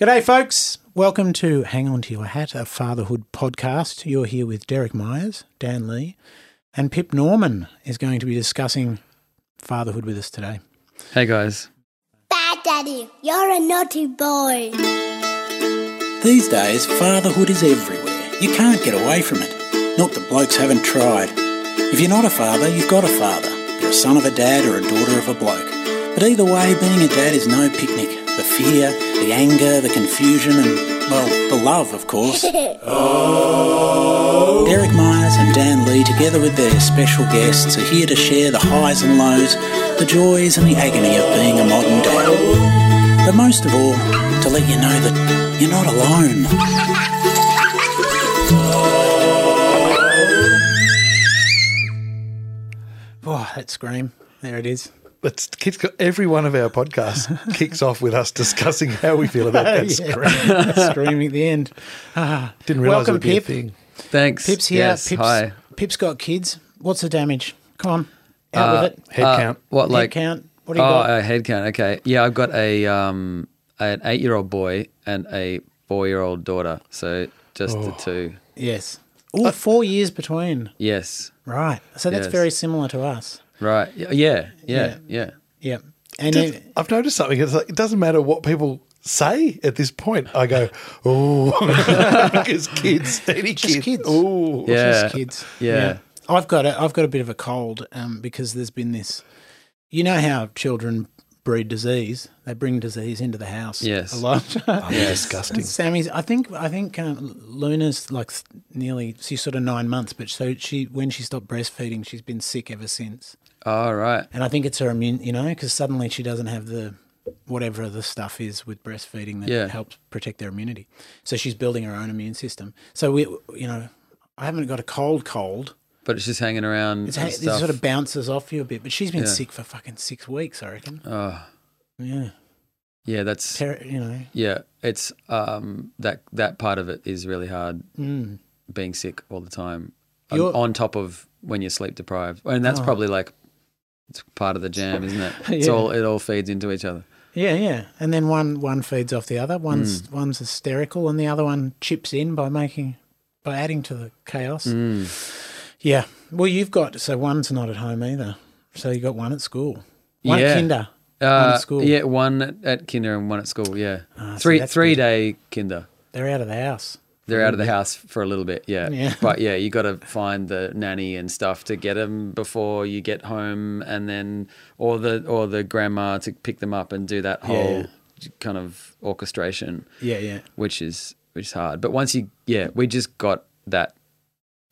G'day, folks. Welcome to Hang On To Your Hat, a fatherhood podcast. You're here with Derek Myers, Dan Lee, and Pip Norman is going to be discussing fatherhood with us today. Hey guys. Bad Daddy, you're a naughty boy. These days, fatherhood is everywhere. You can't get away from it. Not that blokes haven't tried. If you're not a father, you've got a father. You're a son of a dad or a daughter of a bloke. But either way, being a dad is no picnic. The fear, the anger, the confusion, and, well, the love, of course. Derek Myers and Dan Lee, together with their special guests, are here to share the highs and lows, the joys and the agony of being a modern dad. But most of all, to let you know that you're not alone. Oh, that scream. There it is. It's kids, every one of our podcasts kicks off with us discussing how we feel about that. Yeah, screaming at the end. Didn't realise Welcome, it would be a Pip. thing. Thanks. Pip's here. Yes, Pip's, hi. Pip's got kids. What's the damage? Come on. Out with it. Head Uh, count. What like Head count. What do Oh, you got? a head count. Okay. Yeah, I've got a um an 8-year-old boy and a 4-year-old daughter. So just Oh. the two. yes. All four years between. Yes. Right. So that's uh, Yes. very similar to us. Right. Y- Yeah. Yeah. Yeah. Yeah. Yep. And it- Did- I've noticed something. It's like, it doesn't matter what people say at this point. I go, oh, because kids, any Just kid, kids. oh, Yeah. Just kids. Yeah. I've got a I've got a bit of a cold um, because there's been this. You know how children breed disease? They bring disease into the house. Yes. A lot. disgusting. Sammy's. I think. I think um, Luna's like s- nearly. She's sort of nine months, but so she when she stopped breastfeeding, she's been sick ever since. All right. And I think it's her immune. You know, because suddenly she doesn't have the whatever the stuff is with breastfeeding that Yeah. helps protect their immunity. So she's building her own immune system. So we, you know, I haven't got a cold cold. But it's just hanging around. It's, and ha- it stuff. sort of bounces off you a bit, but she's been sick for fucking six weeks, I reckon. Oh, Yeah, yeah, that's Ter- you know, yeah, it's um that that part of it is really hard mm. being sick all the time. On, You're- on top of when you're sleep deprived. And that's Oh. probably like it's part of the jam, isn't it? It's Yeah. all it all feeds into each other. yeah, yeah. And then one one feeds off the other. One's Hmm. one's hysterical, and the other one chips in by making by adding to the chaos. Hmm. Yeah. Well, you've got so one's not at home either. So you got one at school, one Yeah. at kinder, one Uh, at school. Yeah, one at, at kinder and one at school. Yeah, Ah, so three that's three good. day kinder. They're out of the house. They're out of the house for a little bit. Yeah, Yeah. but yeah, you got to find the nanny and stuff to get them before you get home, and then or the or the grandma to pick them up and do that whole kind of orchestration, Yeah, yeah. which is which is hard. But once you yeah, we just got that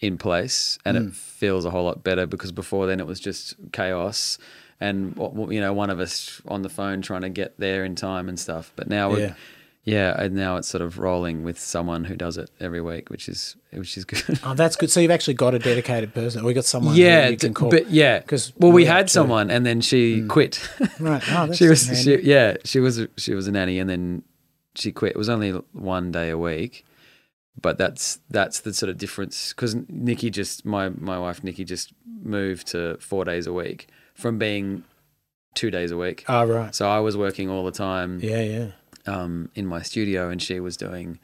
in place, and Mm. it feels a whole lot better because before then it was just chaos. And what- what- you know, one of us on the phone trying to get there in time and stuff. But now we're Yeah. yeah, and now it's sort of rolling with someone who does it every week, which is which is good. Oh, that's good. So you've actually got a dedicated person. We got someone. who yeah, you d- can call. but yeah, 'Cause Mm. well, we we're had too- someone, and then she quit. right. Oh, that's she was handy. she, yeah, she was she was a nanny, and then she quit. It was only one day a week, but that's that's the sort of difference because Nikki just my my wife Nikki just moved to four days a week from being two days a week. Oh, right. So I was working all the time Yeah, yeah. um, in my studio and she was doing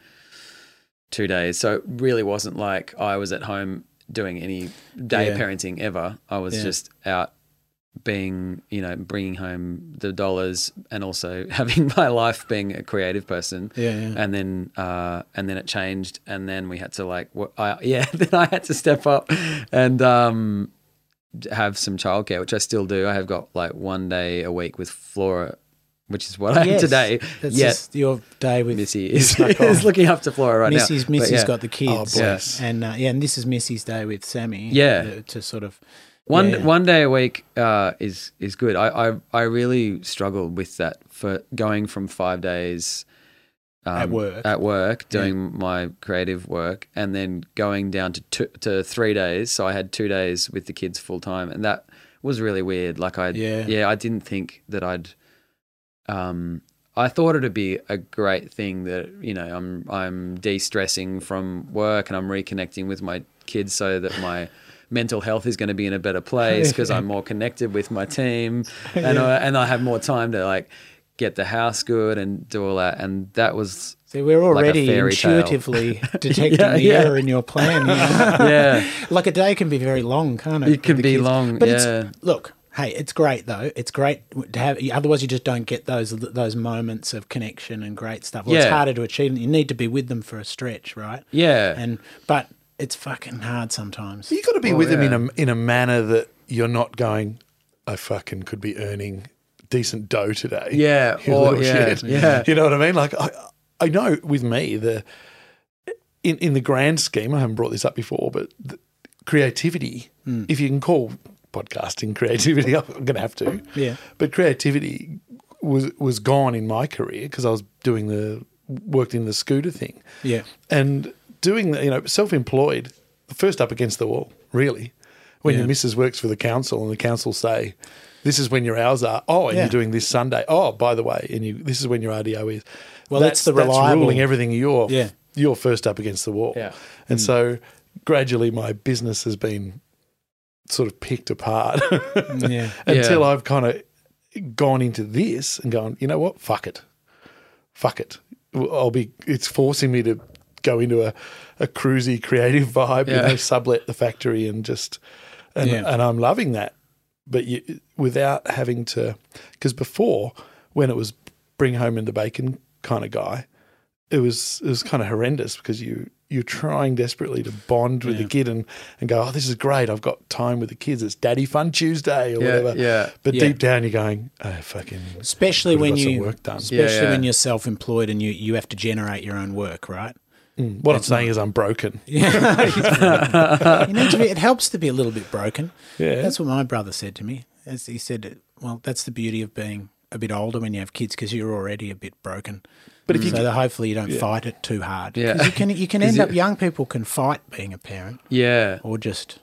two days. So it really wasn't like I was at home doing any day Yeah. parenting ever. I was Yeah. just out being, you know, bringing home the dollars and also having my life being a creative person. Yeah, yeah. And then, uh, and then it changed, and then we had to like, wo- I, yeah, then I had to step up and um, have some childcare, which I still do. I have got like one day a week with Flora, which is what I am Yes. today. That's Yet just your day with Missy is, Fuck off. is looking after Flora right Missy's now. But Missy's yeah. Oh, got the kids, bless. and uh, yeah, and this is Missy's day with Sammy. Yeah. uh, to sort of one yeah. one day a week uh, is is good. I, I I really struggled with that for going from five days um, At work. at work doing my creative work and then going down to two, to three days. So I had two days with the kids full time, and that was really weird. Like I Yeah. yeah I didn't think that I'd um, I thought it'd be a great thing that you know I'm I'm de-stressing from work and I'm reconnecting with my kids so that my mental health is going to be in a better place because I'm more connected with my team and I, and I have more time to like get the house good and do all that. And that was So we're a already fairy tale. intuitively detecting Yeah, the yeah. error in your plan. you know? yeah, like a day can be very long, can't it? It can with the be long, But yeah. it's, look, hey, it's great though. It's great to have. Otherwise, you just don't get those those moments of connection and great stuff. Well, It's Yeah. harder to achieve. You need to be with them for a stretch, right? yeah. And but it's fucking hard sometimes. You got to be Well, with them yeah. in a in a manner that you're not going. I fucking could be earning decent dough today. Yeah, you or- little yeah, shit. yeah. You know what I mean? Like I, I know with me the in in the grand scheme. I haven't brought this up before, but the creativity, Hmm. if you can call podcasting creativity, I'm going to have to. Yeah. But creativity was was gone in my career because I was doing the worked in the scooter thing Yeah. and doing the, you know self-employed first up against the wall really when your missus works for the council and the council say this is when your hours are oh and Yeah. you're doing this sunday oh by the way and you this is when your rdo is Well, that's the reliable- ruling everything you're Yeah. Mm. you're first up against the wall Yeah. and so gradually my business has been sort of picked apart Yeah. until Yeah. I've kind of gone into this and gone, you know what? Fuck it. Fuck it. I'll be, it's forcing me to go into a, a cruisy creative vibe, you Yeah. know, sublet the factory and just, and, Yeah. and I'm loving that. But you, without having to, because before when it was bring home in the bacon kind of guy, it was it was kind of horrendous because you you're trying desperately to bond with the kid and, and go, oh, this is great. I've got time with the kids. It's Daddy Fun Tuesday or Yeah, whatever. yeah. But Yeah. deep down, you're going, oh, fucking. Especially Could've when got some you work done. especially Yeah, yeah. when you're self-employed and you you have to generate your own work, right? What I'm saying is, I'm broken. You need to be, it helps to be a little bit broken. Yeah. That's what my brother said to me. As he said, well, that's the beauty of being a bit older when you have kids because you're already a bit broken. But if you so that hopefully you don't fight it too hard. 'Cause Yeah. You can you can end up young people can fight being a parent yeah. or just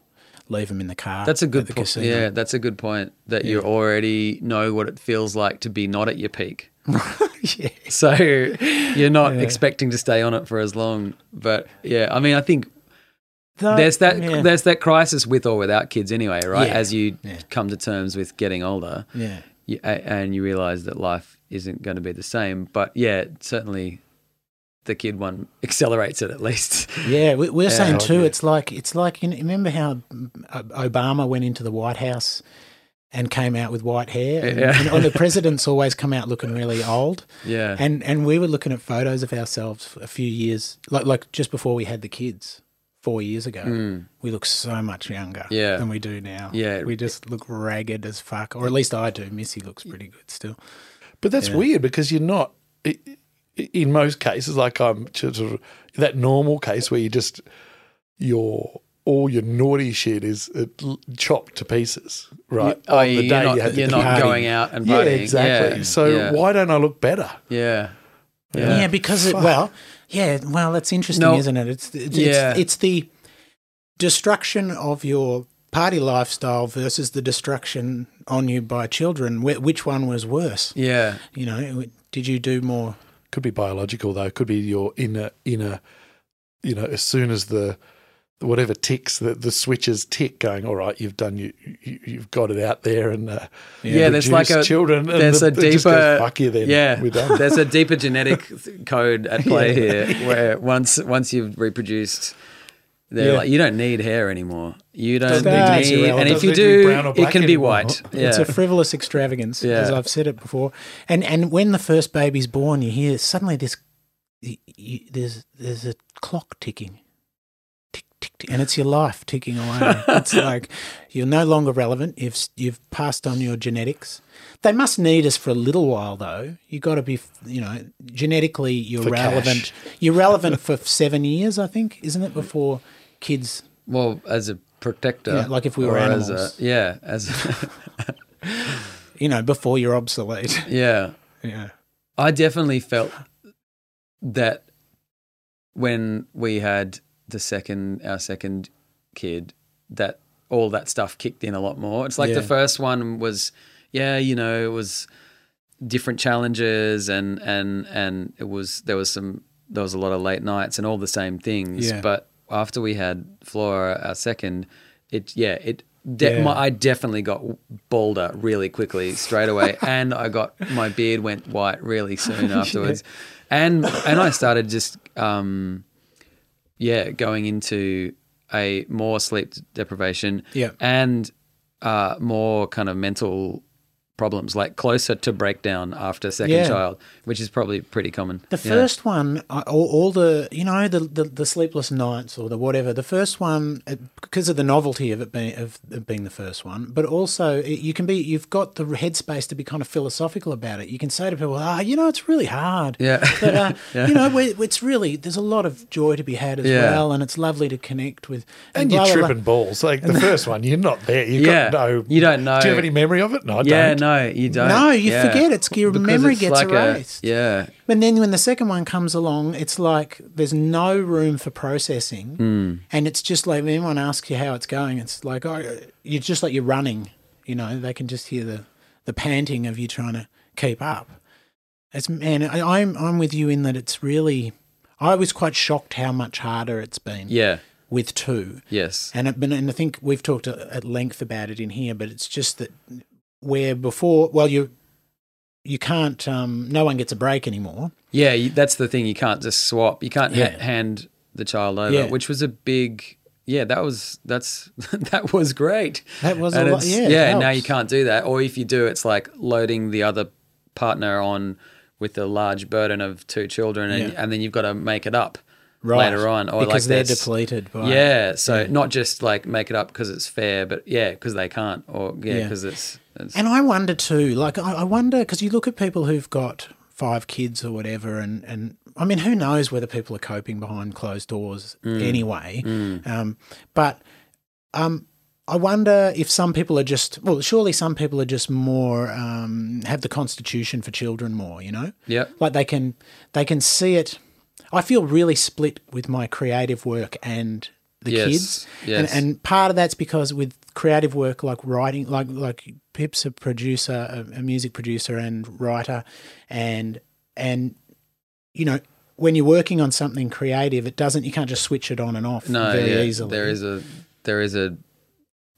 leave them in the car. That's a at good the point. casino. Yeah, that's a good point that you already know what it feels like to be not at your peak. So you're not expecting to stay on it for as long. But yeah, I mean, I think Though- there's that yeah. there's that crisis with or without kids anyway, right? Yeah. As you Yeah. come to terms with getting older, yeah. you, a- and you realize that life isn't going to be the same. But yeah, certainly the kid one accelerates it at least. Yeah, we, we're saying oh, too. yeah. It's like it's like you know, remember how mm, O- Obama went into the White House and came out with white hair, and, Yeah. and all the presidents always come out looking really old. Yeah. and and we were looking at photos of ourselves a few years, like like just before we had the kids, four years ago. We look so much younger Hmm. Yeah. than we do now. Yeah. we just look ragged as fuck, or at least I do. Missy looks pretty good still. But that's weird because you're not, i- i- in most cases, like I'm sort of that normal case where you just, your all your naughty shit is uh, l- chopped to pieces, right? Oh, you're not, had the you're kid. not party. going out and Yeah, partying. exactly. Yeah, So yeah. why don't I look better? Yeah. Yeah, because it, well, yeah, well, that's interesting, No. isn't it? It's it's, Yeah. it's it's the destruction of your party lifestyle versus the destruction on you by children. Wh- which one was worse? Yeah. You know, did you do more? Could be biological though. Could be your inner inner. You know, as soon as the whatever ticks the, the switches tick, going all right, you've done you, you you've got it out there and uh, Yeah, there's like a produced children. and There's the- a it deeper just goes, fuck you then. Yeah, we're done. there's a deeper genetic th- code at play here, where once once you've reproduced, they're Yeah. like, you don't need hair anymore. You don't Doesn't need to be need, irrelevant. and if Doesn't you need to be brown do, or it black can be anymore. white. Yeah, It's a frivolous extravagance, as Yeah. I've said it before. And and when the first baby's born, you hear suddenly this. You, you, there's there's a clock ticking, tick tick, tick and it's your life ticking away. it's like you're no longer relevant. You've s- you've passed on your genetics. They must need us for a little while, though. You got to be, f- you know, genetically you're For cash. relevant. You're relevant for seven years, I think, isn't it? Before kids well, as a protector, Yeah, like if we were or as animals. a- yeah, as you know, before you're obsolete. yeah. yeah. I definitely felt that when we had the second our second kid that all that stuff kicked in a lot more. It's like the Yeah. first one was yeah, you know, it was different challenges and and and it was there was some there was a lot of late nights and all the same things, Yeah. but after we had Flora our second, it yeah, it De- Yeah. my, I definitely got balder really quickly straight away, and I got my beard went white really soon afterwards, and and I started just um, yeah going into a more sleep deprivation, Yeah. and uh, more kind of mental problems, like closer to breakdown after second Yeah. child, which is probably pretty common. The Yeah. first one, I- all, all the you know the, the the sleepless nights or the whatever. The first one, uh, because of the novelty of it being of it being the first one, but also it, you can be you've got the headspace to be kind of philosophical about it. You can say to people, ah, you know, it's really hard. Yeah. But uh, you know, we, it's really there's a lot of joy to be had as Yeah. well, and it's lovely to connect with. And blah, you're blah, blah. tripping balls. Like the first one, you're not there. You've Yeah. got no. You don't know. Do you have any memory of it? No, I yeah, don't. no, you don't. No, you Yeah. forget. It's your Because memory it's gets like a- erased. yeah, And then when the second one comes along, it's like there's no room for processing, and it's just like when anyone asks you how it's going, it's like oh, you're just like you're running. You know, they can just hear the the panting of you trying to keep up. It's man, I, I'm I'm with you in that it's really. I was quite shocked how much harder it's been yeah, with two. yes, And, it, been- and I think we've talked at at length about it in here, but it's just that where before, well, you you can't, um, no one gets a break anymore. yeah. You, that's the thing. You can't just swap. You can't Yeah. ha- hand the child over, Yeah. which was a big. Yeah, that was that's that was great. That was And a lot. it's- Yeah, it now helps. you can't do that, or if you do, it's like loading the other partner on with the large burden of two children, and, Yeah. and then you've got to make it up Right. later on, or like because they're that's- depleted. By, Yeah, so not just like make it up because it's fair, but yeah, because they can't, or yeah, Yeah. because it's, it's And I wonder too, like, I, I wonder because you look at people who've got five kids or whatever, and, and I mean, who knows whether people are coping behind closed doors Mm. anyway. Um, but um, I wonder if some people are just, well, surely some people are just more, um, have the constitution for children more, you know? Yep. Like they can, they can see it. I feel really split with my creative work and the Yes, kids. yes. And, and and part of that's because with creative work like writing like like pip's a producer a, a music producer and writer and and you know when you're working on something creative it doesn't you can't just switch it on and off no, very yeah, easily There is a there is a,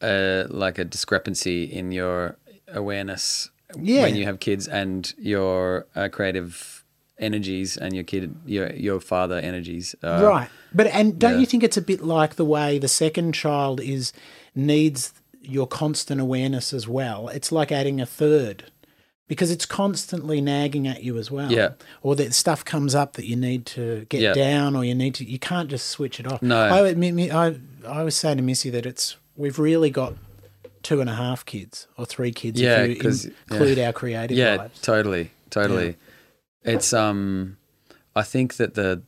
a like a discrepancy in your awareness Yeah. when you have kids and your uh, creative energies and your kid your your father energies. Uh, right but and don't you think it's a bit like the way the second child is needs your constant awareness as well it's like adding a third because it's constantly nagging at you as well Yeah. or that stuff comes up that you need to get Yeah. down or you need to you can't just switch it off No. i admit me i i was saying to missy that it's we've really got two and a half kids or three kids Yeah, if you 'cause- yeah. include our creative Yeah, lives totally, totally. It's um, I think that the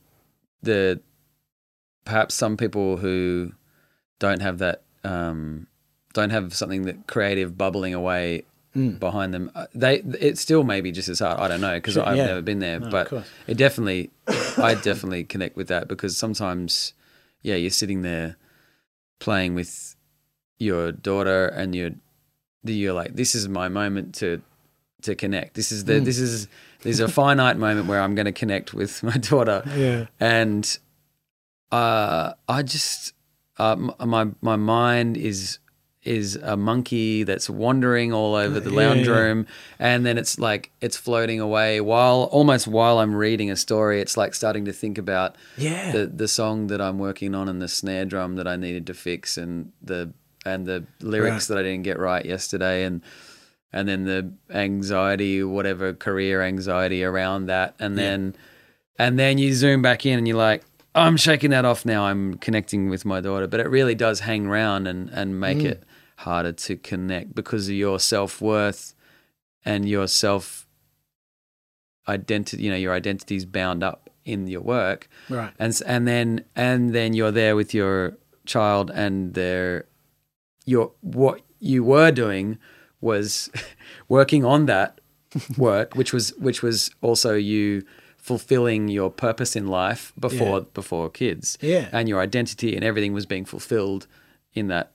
the perhaps some people who don't have that um don't have something that creative bubbling away Mm. behind them uh, they it still may be just as hard i don't know because Sure, i've yeah. never been there of but course. it definitely i definitely connect with that because sometimes yeah you're sitting there playing with your daughter and you're you're like this is my moment to to connect this is the Hmm. this is there's a finite moment where i'm going to connect with my daughter yeah and uh, I just uh, m- my my mind is is a monkey that's wandering all over the Yeah, lounge yeah. room, and then it's like it's floating away while almost while I'm reading a story. It's like starting to think about yeah the the song that I'm working on and the snare drum that I needed to fix and the and the lyrics that I didn't get right yesterday and and then the anxiety whatever career anxiety around that and then and then you zoom back in and you're like I'm shaking that off now I'm connecting with my daughter but it really does hang around and and make it harder to connect because of your self-worth and your self identity you know your identity is bound up in your work right and s- and then and then you're there with your child and their your what you were doing was working on that work which was which was also you fulfilling your purpose in life before before kids Yeah. and your identity and everything was being fulfilled in that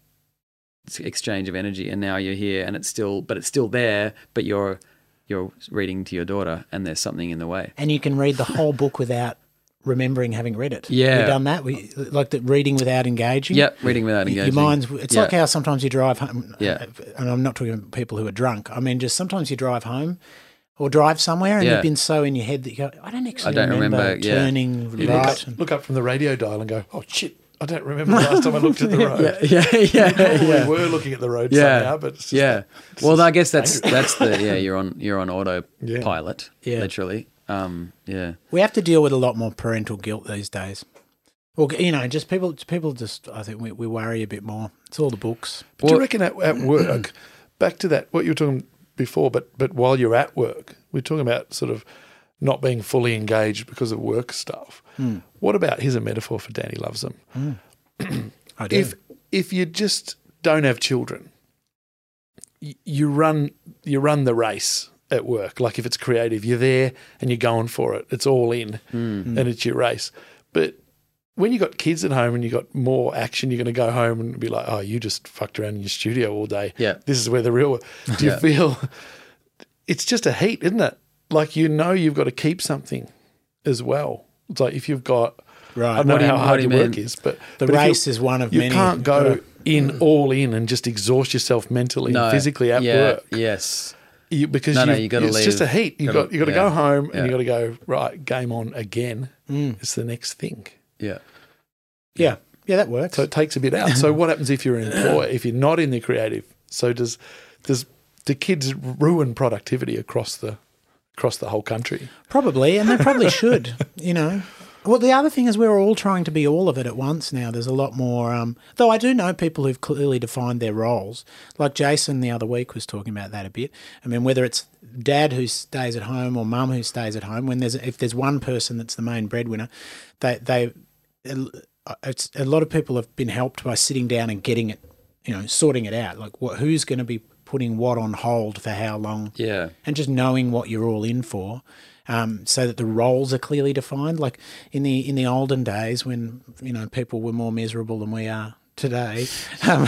s- exchange of energy and now you're here and it's still but it's still there but you're you're reading to your daughter and there's something in the way and you can read the whole book without remembering having read it. Yeah. We've done that. We like that reading without engaging. Yep, reading without Y- engaging. Your mind's. It's Yeah. like how sometimes you drive home. Yeah. And I'm not talking about people who are drunk. I mean, just sometimes you drive home. Or drive somewhere, and Yeah. you've been so in your head that you go, I don't actually don't remember, remember, yeah. turning You Look right. up, look up from the radio dial and go, oh shit, I don't remember the last time I looked at the road. yeah, yeah, Probably yeah. were looking at the road yeah, somehow, but it's just yeah. well, I guess that's that's the yeah. You're on you're on autopilot, Yeah. literally. Um, yeah, We have to deal with a lot more parental guilt these days. Well, you know, just people, people just, I think we, we worry a bit more. It's all the books. But do you reckon at, at work, back to that, what you were talking before, but but while you're at work, we're talking about sort of not being fully engaged because of work stuff. What about here's a metaphor for Danny loves them. I do. If if you just don't have children, y- you run you run the race at work. Like if it's creative, you're there and you're going for it. It's all in, Hmm. and it's your race. But when you got kids at home and you got more action, you're going to go home and be like, "Oh, you just fucked around in your studio all day. Yeah. this is where the real." Do you Yeah. feel? It's just a heat, isn't it? Like you know, you've got to keep something as well. It's like if you've got, I right. don't know do you- how what hard do you your work mean? is, but The but if you- race is one of you many. Mm. can't go in all in and just exhaust yourself mentally no, and physically at yeah, work Yes, you, because No, you, no, you gotta it's just a leave. heat. You Gotta- got you got to yeah, go home and yeah. you got to go right game on again. It's the next thing. yeah, Mm. Yeah. Yeah, that works. So it takes a bit out. So what happens if you're an employer if you're not in the creative? So does does do kids ruin productivity across the across the whole country? Probably, and they probably should, you know. Well, the other thing is we're all trying to be all of it at once now. There's a lot more, um, though I do know people who've clearly defined their roles. Like Jason the other week was talking about that a bit. I mean, whether it's dad who stays at home or mum who stays at home, when there's if there's one person that's the main breadwinner, they they it's, a lot of people have been helped by sitting down and getting it, you know, sorting it out. Like what who's going to be putting what on hold for how long? yeah, and just knowing what you're all in for, um, so that the roles are clearly defined. Like in the in the olden days when you know people were more miserable than we are today, um,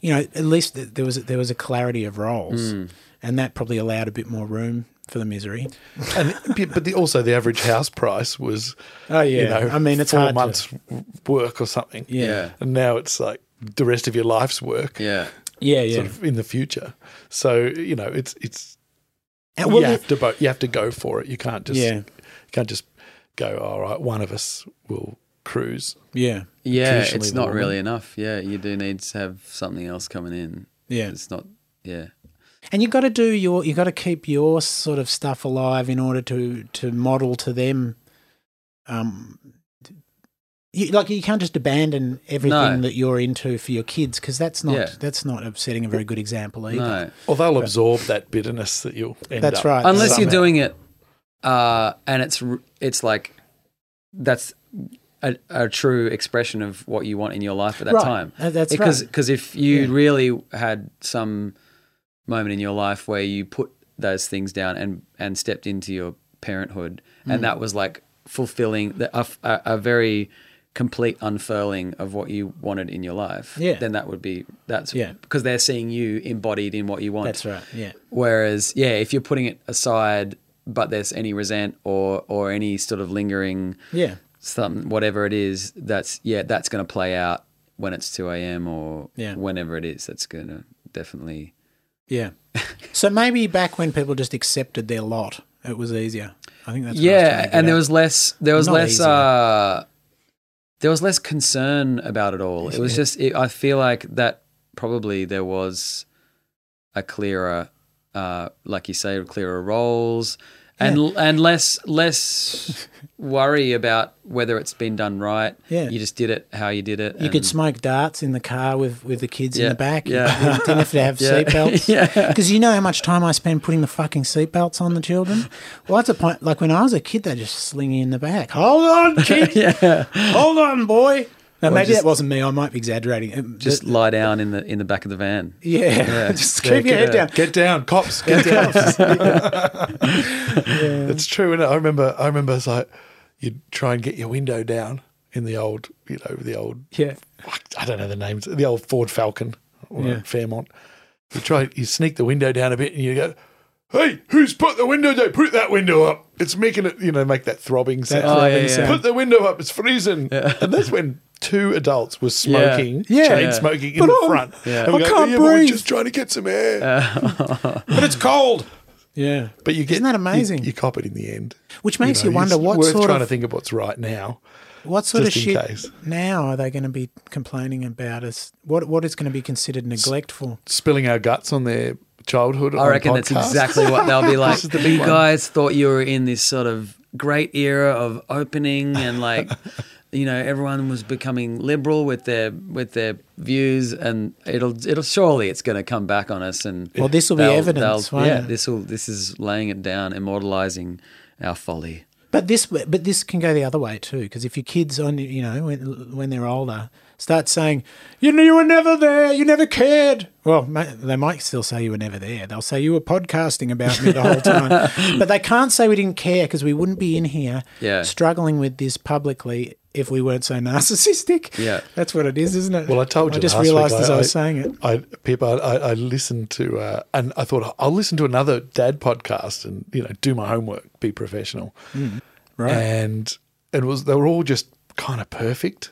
you know at least th- there was there was a clarity of roles, Hmm. and that probably allowed a bit more room for the misery. And but the, also the average house price was Oh yeah, you know I mean it's four hard. months work or something. yeah. yeah, And now it's like the rest of your life's work. yeah. yeah, yeah. sort of in the future. So you know, it's it's And well, you the- have to bo- you have to go for it. You can't just Yeah. you can't just go. All right, one of us will cruise. yeah, Yeah, Traditionally it's the not woman. really enough. Yeah, you do need to have something else coming in. yeah. It's not. Yeah, And you got to do your, you got to keep your sort of stuff alive in order to to model to them. Um, you, like you can't just abandon everything No. that you're into for your kids because that's not Yeah. that's not a- setting a very good example either. no. Or they'll absorb that bitterness that you'll end That's up right. Unless you're somehow. doing it, uh, and it's r- it's like that's a, a true expression of what you want in your life at that Right. time. Uh, that's because right. because if you Yeah. really had some moment in your life where you put those things down and and stepped into your parenthood, Mm. and that was like fulfilling the, a, f- a- a very complete unfurling of what you wanted in your life. Yeah. then that would be that's Yeah. because they're seeing you embodied in what you want. That's right. Yeah. Whereas, yeah, if you're putting it aside, but there's any resent or or any sort of lingering, Yeah. something, whatever it is, that's yeah, that's going to play out when it's two a.m. or Yeah. whenever it is. That's going to definitely. Yeah. so maybe back when people just accepted their lot, it was easier. I think that's what I was trying yeah, to get and there at. was less. There was Not less. easy. Uh, there was less concern about it all. It was just. It, I feel like that probably there was a clearer, uh, like you say, clearer roles, and and less less worry about whether it's been done right. Yeah. you just did it how you did it. You could and- smoke darts in the car with, with the kids in Yeah, the back. You yeah. didn't- didn't have to have Yeah, seatbelts. yeah. Because you know how much time I spend putting the fucking seatbelts on the children? Well, that's a point. Like when I was a kid, they just sling you in the back. Hold on, kid. Hold on, boy. Now, maybe just- that wasn't me. I might be exaggerating. Um, just the- lie down in the in the back of the van. yeah. just keep your get, head down. Get down, cops. Get down. It's true, and I remember. I remember. It's like you'd try and get your window down in the old, you know, the old Yeah. I don't know the names, the old Ford Falcon or Yeah. Fairmont. You try, you sneak the window down a bit, and you go, "Hey, who's put the window down? Put that window up." it's making it, you know, make that throbbing sound. Oh, yeah, throbbing yeah. sound. Put the window up, it's freezing. And that's when two adults were smoking, Yeah. chain Yeah. smoking in But the I'm- front. Yeah. And we I go, can't "Yeah, but we're breathe." just trying to get some air. but it's cold. Yeah. But you get Isn't that amazing? You, you cop it in the end. Which makes you, know, wonder it's what worth sort trying of to think of what's right now. what sort of just in shit case. now are they going to be complaining about? Is what what is going to be considered neglectful? Spilling our guts on their childhood. I on reckon that's podcasts. exactly what they'll be like. This is the you big one. guys thought you were in this sort of great era of opening and like, you know, everyone was becoming liberal with their with their views, and it'll it'll surely it's going to come back on us. And Well, this will be they'll- evidence, they'll- won't Yeah, it? this will this is laying it down, immortalizing our folly. But this, but this can go the other way too, because if your kids on, you know, when, when they're older, start saying, "You know, you were never there. You never cared." Well, ma- they might still say you were never there. They'll say you were podcasting about me the whole time, but they can't say we didn't care because we wouldn't be in here Yeah. struggling with this publicly if we weren't so narcissistic. Yeah. that's what it is, isn't it? Well, I told I you. just last realised week, as I, was saying it. I, Pip, I, I I listened to, uh, and I thought I'll listen to another dad podcast and you know do my homework, be professional, Hmm, Right. And it was they were all just kind of perfect,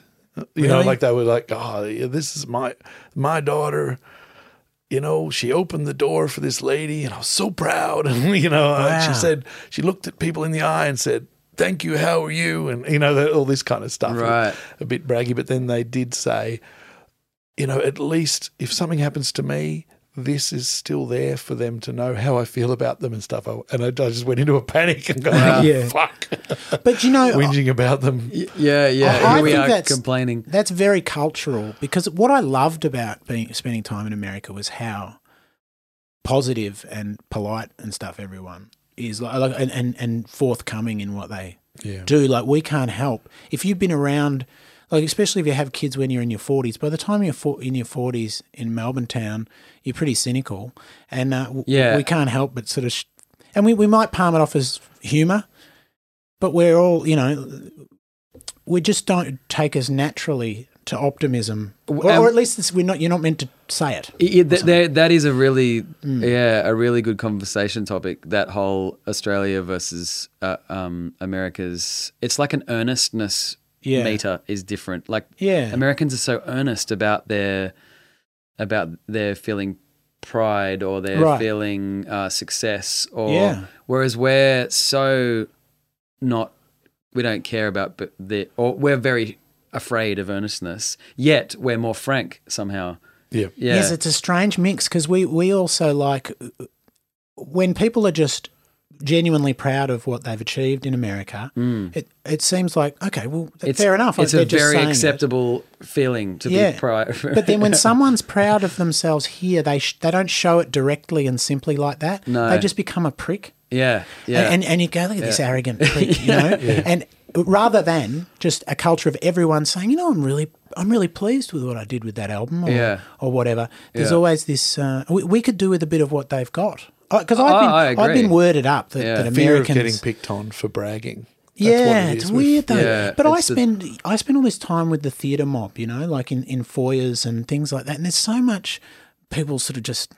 you know, Really? like they were like, oh, yeah, this is my my daughter. You know, she opened the door for this lady, and I was so proud. And you know, uh, she Wow. said she looked at people in the eye and said, "Thank you. How are you?" And you know, the- all this kind of stuff Right. a bit braggy, but then they did say, you know, at least if something happens to me, this is still there for them to know how I feel about them and stuff. I- And I I just went into a panic and going, oh, Yeah. fuck, But you know, whinging about them. Yeah, yeah. I- I Here we think are that's- complaining. That's very cultural because what I loved about being spending time in America was how positive and polite and stuff everyone is like, like and, and and forthcoming in what they Yeah. do. Like we can't help if you've been around, like especially if you have kids when you're in your forties. By the time you're for, in your forties in Melbourne town, you're pretty cynical, and uh, w- Yeah. we can't help but sort of, sh- and we we might palm it off as humour, but we're all you know, we just don't take as naturally to optimism, or, Um, or at least this, we're not. You're not meant to say it. Yeah, th- there- that is a really, Mm. yeah, a really good conversation topic. That whole Australia versus uh, um, America's, it's like an earnestness Yeah. meter is different. Like Yeah. Americans are so earnest about their, about their feeling pride or their Right. feeling uh, success, or Yeah. whereas we're so not we don't care about but the or we're very afraid of earnestness yet we're more frank somehow Yeah. yeah Yes, it's a strange mix because we, we also like when people are just genuinely proud of what they've achieved in America, it, it seems like, okay, well, th- fair enough. Mm. It's they're a just very saying it. acceptable feeling to Yeah. be proud. But then when someone's proud of themselves here, they, sh- they don't show it directly and simply like that. No. They just become a prick. yeah, yeah, And, and you go, look at this arrogant prick, you know? And rather than just a culture of everyone saying, you know, I'm really, I'm really pleased with what I did with that album or, Yeah. or whatever, there's Yeah. always this, uh, we, we could do with a bit of what they've got. Because Oh, I I've, been, I've agree. been worded up that, Yeah. that Fear Americans. of getting picked on for bragging. That's yeah, what it it's is with- weird though. Yeah, but I it's the- spend I spend all this time with the theatre mob, you know, like in, in foyers and things like that. And there's so much people sort of just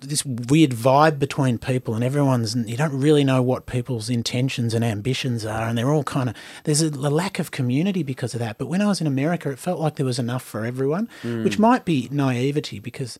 this weird vibe between people, and everyone's you don't really know what people's intentions and ambitions are, and they're all kind of there's a, a lack of community because of that. But when I was in America, it felt like there was enough for everyone, Hmm. which might be naivety because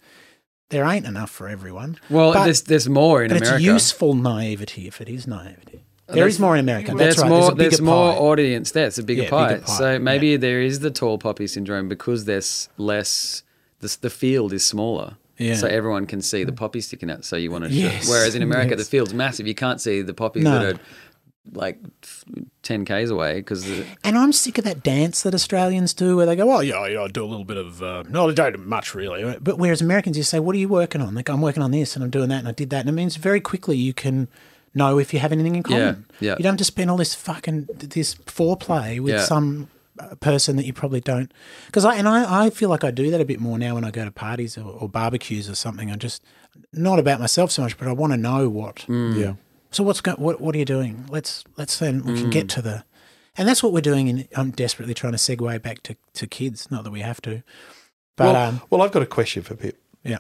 there ain't enough for everyone. well, but, there's there's more in but America. it's useful naivety if it is naivety. There is more in America. There's That's right. more. there's a bigger more pie. audience. There, it's a bigger, Yeah, pie. bigger pie, So yeah. maybe there is the tall poppy syndrome because there's less. The, the field is smaller. Yeah. So everyone can see the poppy sticking out. So you want to. Yes, Whereas in America, the yes. field's massive. You can't see the poppies No. that are like ten k's away because And I'm sick of that dance that Australians do where they go, oh, yeah, Yeah, you know, I do a little bit of, uh, no, I don't do much really. But whereas Americans, you say, what are you working on? They go, I'm working on this and I'm doing that and I did that. And it means very quickly you can know if you have anything in common. yeah. You don't have to spend all this fucking, this foreplay with Yeah. some uh, person that you probably don't. Because I, and I, I feel like I do that a bit more now when I go to parties or, or barbecues or something. I just, not about myself so much, but I want to know what. Mm. Yeah. So what's go- what what are you doing? Let's let's then we can Mm. get to the, and that's what we're doing. In I'm desperately trying to segue back to, to kids. Not that we have to, but well, um, well, I've got a question for Pip. yeah,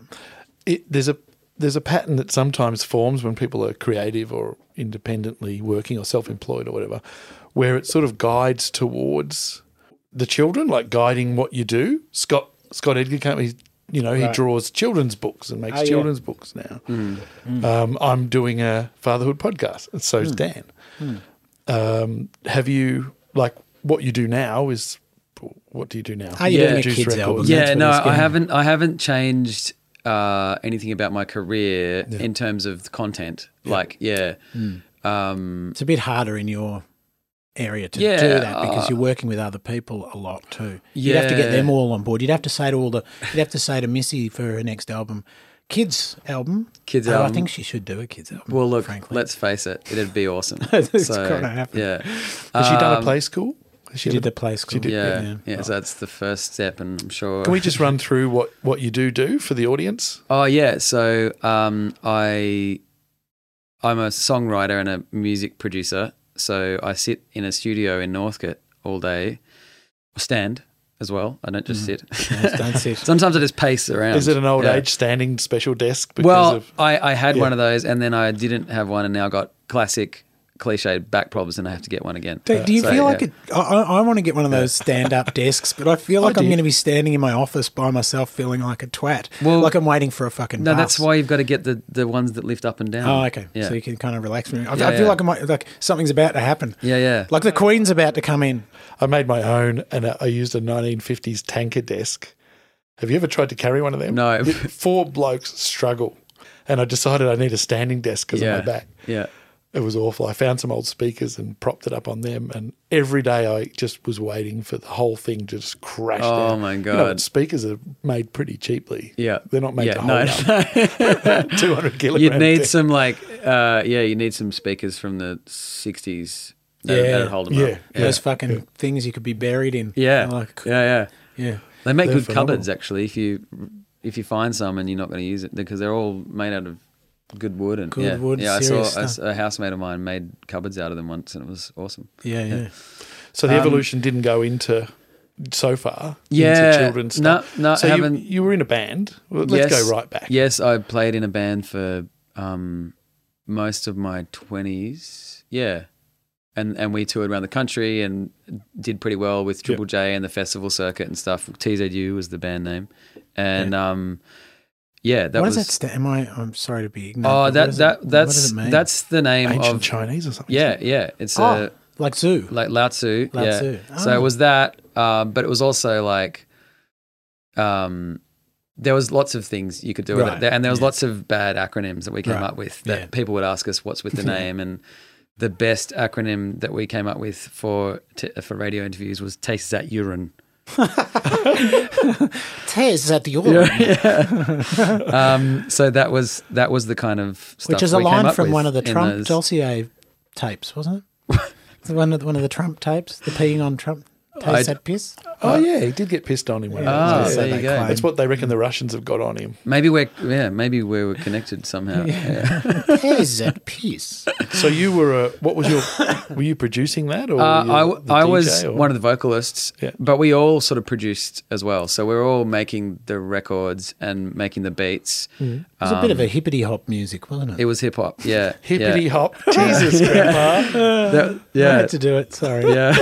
It, there's a there's a pattern that sometimes forms when people are creative or independently working or self-employed or whatever, where it sort of guides towards the children, like guiding what you do. Scott Scott Edgar can't he? You know, he Right. draws children's books and makes Oh, yeah. Hmm. children's books now. Um, I'm doing a fatherhood podcast, and Hmm. so's Dan. Um, have you like what you do now is what do you do now? Are you Yeah. Ah, doing a Juice kids records. album? yeah, That's what no, he's I getting. haven't. I haven't changed uh, anything about my career in terms of the content. Like, yeah, um, It's a bit harder in your area to Yeah, do that because uh, you're working with other people a lot too. You'd have to get them Yeah. all on board. You'd have to say to all the, you'd have to say to Missy for her next album, kids album. kids. Oh, I album. think she should do a kids album. Well, look, frankly, let's face it, it'd be awesome. It's gotta happen. Yeah. Has she done a Um, play school? Has she done did the play school. did, Yeah, yeah. So that's the first step, and I'm sure. Can we just run through what, what you do do for the audience? Oh yeah, so um, I I'm a songwriter and a music producer. So I sit in a studio in Northcote all day, or stand as well. I don't just sit. Don't sit. Sometimes I just pace around. Is it an old Yeah. age standing special desk? Because Well, of, I, I had yeah. one of those, and then I didn't have one, and now got classic cliche back problems, and I have to get one again. Do, do you Uh, So, feel like yeah. it? I, I want to get one of those stand-up desks, but I feel like I am did. going to be standing in my office by myself, feeling like a twat, Well- like I'm waiting for a fucking. No, that's bus. why you've got to get the, the ones that lift up and down. Oh, okay. Yeah, So you can kind of relax. From it. I, Yeah, I feel yeah. like I might, like something's about to happen. yeah, yeah. Like the Queen's about to come in. I made my own and I I used a 1950s tanker desk. Have you ever tried to carry one of them? No. Four blokes struggle. And I decided I need a standing desk because yeah. of my back. Yeah. It was awful. I found some old speakers and propped it up on them. And every day I just was waiting for the whole thing to just crash Oh, down. my You know, God. and speakers are made pretty cheaply. Yeah. They're not made yeah, to no, hold no. up 200 kilograms. You'd need some like uh, yeah, you need some speakers from the '60s that Yeah, Oh, that'd hold them yeah. up. Yeah, Those fucking things you could be buried in. yeah, Like, yeah, yeah. yeah. They make They're good phenomenal. cupboards actually. If you if you find some and you're not going to use it because they're all made out of good wood and Good yeah, wood, yeah. I serious saw stuff. a, a housemate of mine made cupboards out of them once and it was awesome. Yeah. Yeah. So um, the evolution didn't go into so far. Yeah, into children's no, stuff. no, so I you- haven't- You, were in a band. Well, let's Yes. go right back. Yes, I played in a band for um, most of my twenties. Yeah, and and we toured around the country and did pretty well with Triple J and the festival circuit and stuff. TZU was the band name, and yeah. um, yeah, that what was. does that stand? Am I? I'm sorry to be. Ignorant, oh, but what that does it- that what does that's it mean? that's the name Ancient of Chinese or something. yeah yeah. It's Oh, a like zoo. like Lao Tzu. Lao yeah. Tzu. So Oh. it was that, uh, but it was also like, um, there was lots of things you could do with Right. it, There- and there was Yeah. lots of bad acronyms that we came Right. up with that Yeah. people would ask us, "What's with the name?" and the best acronym that we came up with for t- for radio interviews was "Tastes that urine." Tears at the Um, so that was that was the kind of stuff which is a we came line up from with one of the in Trump those- dossier tapes, wasn't it? one of the, one of the Trump tapes, the peeing on Trump. I- Taste that piss. Oh yeah, he did get pissed on in one. Yeah. of Ah, those. So there they you go. claim. That's what they reckon the Russians have got on him. Maybe we're yeah, maybe we were connected somehow. Yeah. Taste that piss. So you were a. What was your? were you producing that Uh, or? were you I, w- the I DJ was or- one of the vocalists, Yeah. but we all sort of produced as well. So we were all making the records and making the beats. It was a bit of a hippity hop music, wasn't Um, It it? was hip hop. Yeah. hippity yeah. hop. Jesus, Grandpa. That- I yeah. had to do it. Sorry. yeah.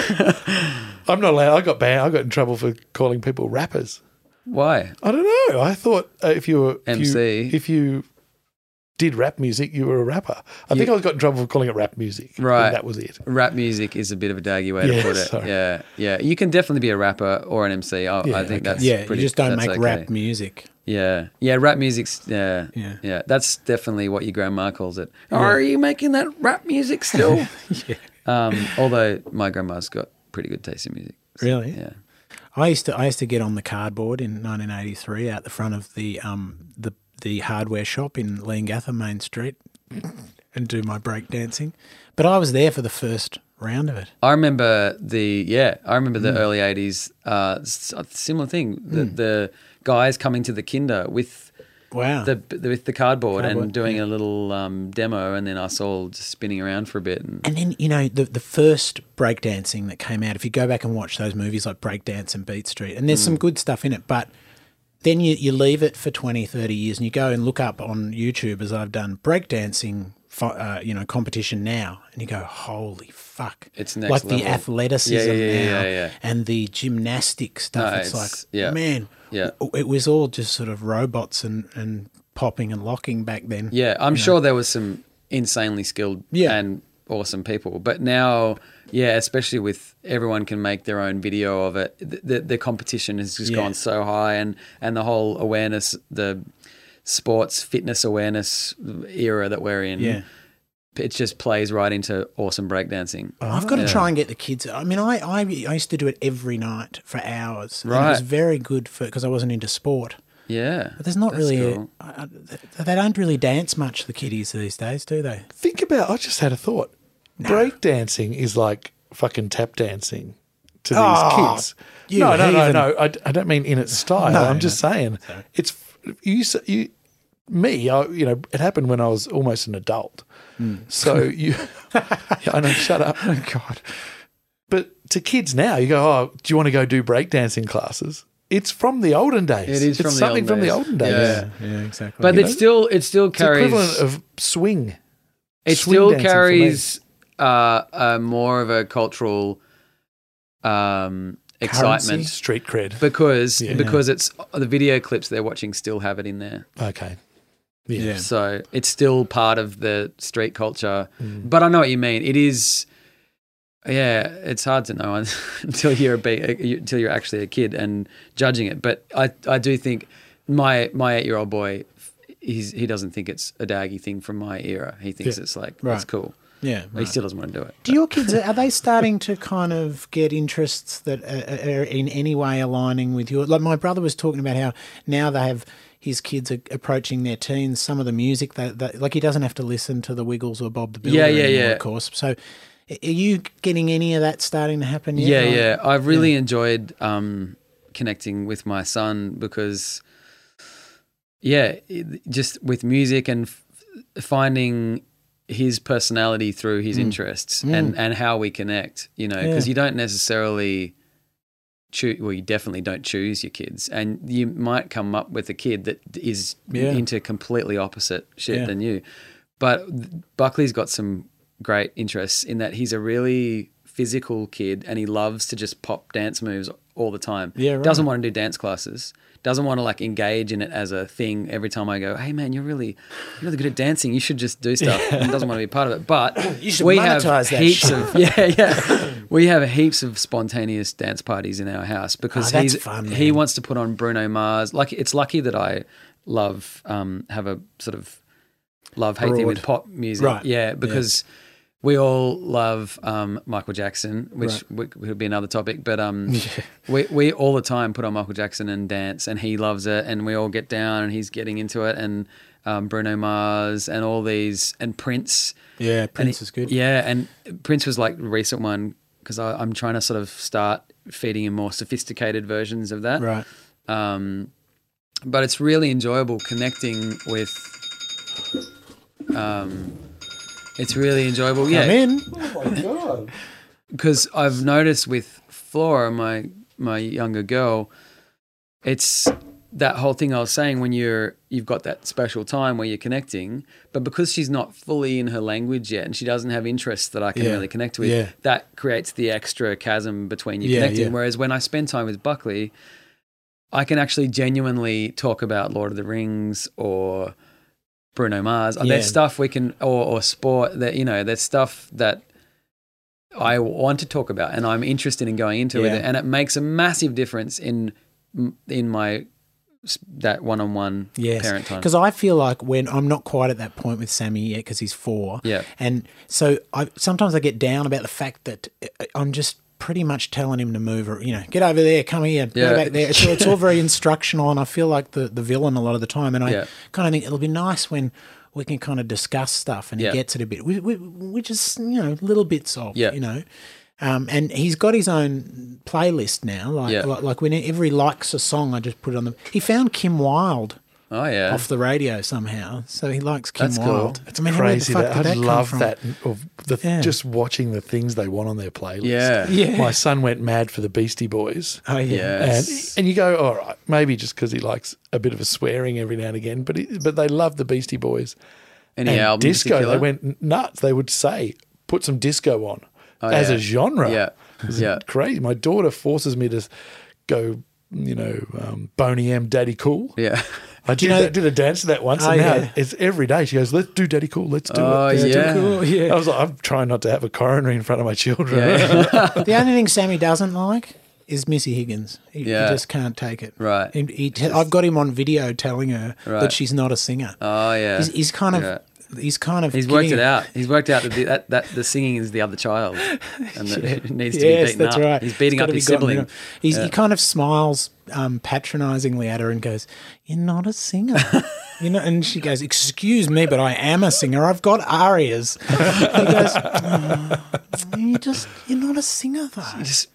I'm not allowed. I got banned. I got in trouble for calling people rappers. Why? I don't know. I thought uh, if you were if you- MC. if you, did rap music, you were a rapper. I think I got in trouble for calling it rap music. Right. And that was it. Rap music is a bit of a daggy way Yeah, to put it. sorry. Yeah. Yeah. You can definitely be a rapper or an MC. I, Yeah, I think okay. that's Yeah, pretty, you just don't that's make okay. rap music. Yeah. Yeah. Rap music's, yeah. Yeah. Yeah. That's definitely what your grandma calls it. Oh, Are you making that rap music still? yeah. Um, although my grandma's got pretty good taste in music. So, Really? Yeah. I used to I used to get on the cardboard in 1983 out the front of the um the the hardware shop in Leangatha Main Street and do my break dancing. But I was there for the first round of it. I remember the yeah. I remember Mm. the early '80s. Uh, s- a similar thing. The, the guys coming to the Kinder with Wow. the, the with the cardboard, Ah. Cardboard, and doing a little um, demo, and then us all just spinning around for a bit. And And then, you know, the, the first breakdancing Mm. that came out, if you go back and watch those movies like Breakdance and Beat Street, and there's some good stuff in it, but Then you, you leave it for 20, 30 years and you go and look up on YouTube, as I've done, breakdancing, fi- uh, you know, competition now. And you go, holy fuck. It's next Like the level. athleticism Yeah, yeah, yeah, now yeah, yeah. and the gymnastic stuff. No, it's, it's- like, yeah. man, Yeah. w- it was all just sort of robots and, and popping and locking back then. Yeah, I'm sure there was some insanely skilled Yeah. and awesome people, but now, yeah, especially with everyone can make their own video of it, the the, the competition has just Yeah. gone so high, and and the whole awareness, the sports fitness awareness era that we're in, Yeah. it just plays right into awesome breakdancing. Oh. I've got to Yeah. try and get the kids. I mean, I, I, I used to do it every night for hours. and It was Right. very good for because I wasn't into sport. Yeah, But there's not That's really. cool. A, I, I, they- they don't really dance much, the kiddies these days, do they? Think about. I just had a thought. Break dancing is like fucking tap dancing to these Ah, Oh, kids. you no, no, no, heathen. no. I, d- I don't mean in its style. I'm just saying it's f- you. s- You, me. I, you know, it happened when I was almost an adult. Hmm. So you, Yeah, I know. Shut up. Oh God. But to kids now, you go. Oh, do you want to go do breakdancing classes? It's from the olden It days. is It's from the something olden from the days. olden days. Yeah. yeah, exactly. but you it know? still it still It's the carries equivalent of swing. it swing still dancing for me. carries uh, uh, more of a cultural um, excitement street cred. because Yeah. because it's the video clips they're watching still have it in there. okay. yeah. So it's still part of the street culture. Mm. But I know what you mean. It is. Yeah, it's hard to know un- until you're a be- uh, you- until you're actually a kid and judging it. But I, I do think my my eight year old boy, he's, he doesn't think it's a daggy thing from my era. He thinks Yeah. it's like Right. it's cool. yeah He right. still doesn't want to do it. Do your kids are they starting to kind of get interests that are, are in any way aligning with your? Like my brother was talking about how now they have his kids are approaching their teens. Some of the music that, that like he doesn't have to listen to the Wiggles or Bob the Builder. Yeah, yeah, anymore, yeah. Of course. So, a- are you getting any of that starting to happen? Yet? Yeah, Like- yeah. I've really enjoyed um, connecting with my son because, yeah, it- just with music and f- finding his personality through his interests and and how we connect. You know, because Mm. Yeah. you don't necessarily. Choose, well, you definitely don't choose your kids, and you might come up with a kid that is Yeah. into completely opposite shit Yeah. than you. But Buckley's got some great interests in that he's a really physical kid and he loves to just pop dance moves all the time. Yeah, right. Doesn't want to do dance classes. Doesn't want to like engage in it as a thing every time I go, hey man, you're really, you're really good at dancing. You should just do stuff. And doesn't want to be part of it. But You should we have monetize that heaps shit. of yeah, yeah. we have heaps of spontaneous dance parties in our house Ah, because that's he's fun, he man. wants to put on Bruno Mars. Like it's lucky that I love um, have a sort of love hate thing with pop music. Right. Yeah, because we all love um, Michael Jackson, which w would be another topic. But um, we we all the time put on Michael Jackson and dance, and he loves it, and we all get down, and he's getting into it, and um, Bruno Mars and all these and Prince. yeah. And Prince it- is good. Yeah, and Prince was like the recent one because I'm trying to sort of start feeding him more sophisticated versions of that. Right. Um, but it's really enjoyable connecting with. Um, it's really enjoyable. I'm Yeah, in. because I've noticed with Flora, my my younger girl, it's that whole thing I was saying when you're you've got that special time where you're connecting, but because she's not fully in her language yet and she doesn't have interests that I can Yeah. really connect with, Yeah. that creates the extra chasm between you Yeah, connecting. yeah. Whereas when I spend time with Buckley, I can actually genuinely talk about Lord of the Rings or Bruno Mars. Yeah. There's stuff we can or, or sport that you know, there's stuff that I want to talk about and I'm interested in going into with Yeah. it, and it makes a massive difference in in my s- that one-on-one Yes, parent time. Because I feel like when I'm not quite at that point with Sammy yet, because he's four. Yeah. And so I sometimes I get down about the fact that uh, I'm just pretty much telling him to move, or, you know, get over there, come here, Yeah. go back there. It's, it's all very instructional, and I feel like the the villain a lot of the time. And I Yeah. kind of think it'll be nice when. We can kind of discuss stuff, and Yeah. he gets it a bit. We, we, we just, you know, little bits of, Yeah. you know, um, and he's got his own playlist now. Like, Yeah. like, like whenever he likes a song, I just put it on them. He found Kim Wilde Oh yeah. off the radio somehow. So he likes Kim That's cool. Wilde. It's I mean, where the crazy fuck that did I that come love from? that of the, Yeah. just watching the things they want on their playlist. yeah. Yeah. My son went mad for the Beastie Boys. Oh yeah. And, Yes. and you go, all right, maybe just because he likes a bit of a swearing every now and again, but he, but they love the Beastie Boys. Any and album in disco, particular? they went nuts. They would say, put some disco on as Oh, yeah. a genre. Yeah. Yeah. Crazy. My daughter forces me to go, you know, um, Boney M, Daddy Cool. Yeah. I did, you know- that, did a dance to that once, Oh, and now yeah. it's every day. She goes, "Let's do Daddy Cool. Let's do Oh, it." let's do yeah. Cool, yeah. I was like, I'm trying not to have a coronary in front of my children. Yeah. The only thing Sammy doesn't like is Missy Higgins. He, he Yeah. just can't take it. Right. He, he te- I've got him on video telling her Right. that she's not a singer. oh yeah. he's, he's kind of. Yeah. He's kind of. He's worked giving- it out. He's worked out that the, that, that the singing is the other child, and that it needs to be Yes, beaten that's up. right. He's beating It's up gotta his be gotten rid sibling. of. He's, Yeah. He kind of smiles um, patronisingly at her and goes, "You're not a singer." You know, and she goes, "Excuse me, but I am a singer. I've got arias." He goes, "Oh, "You just, you're not a singer, though." Just-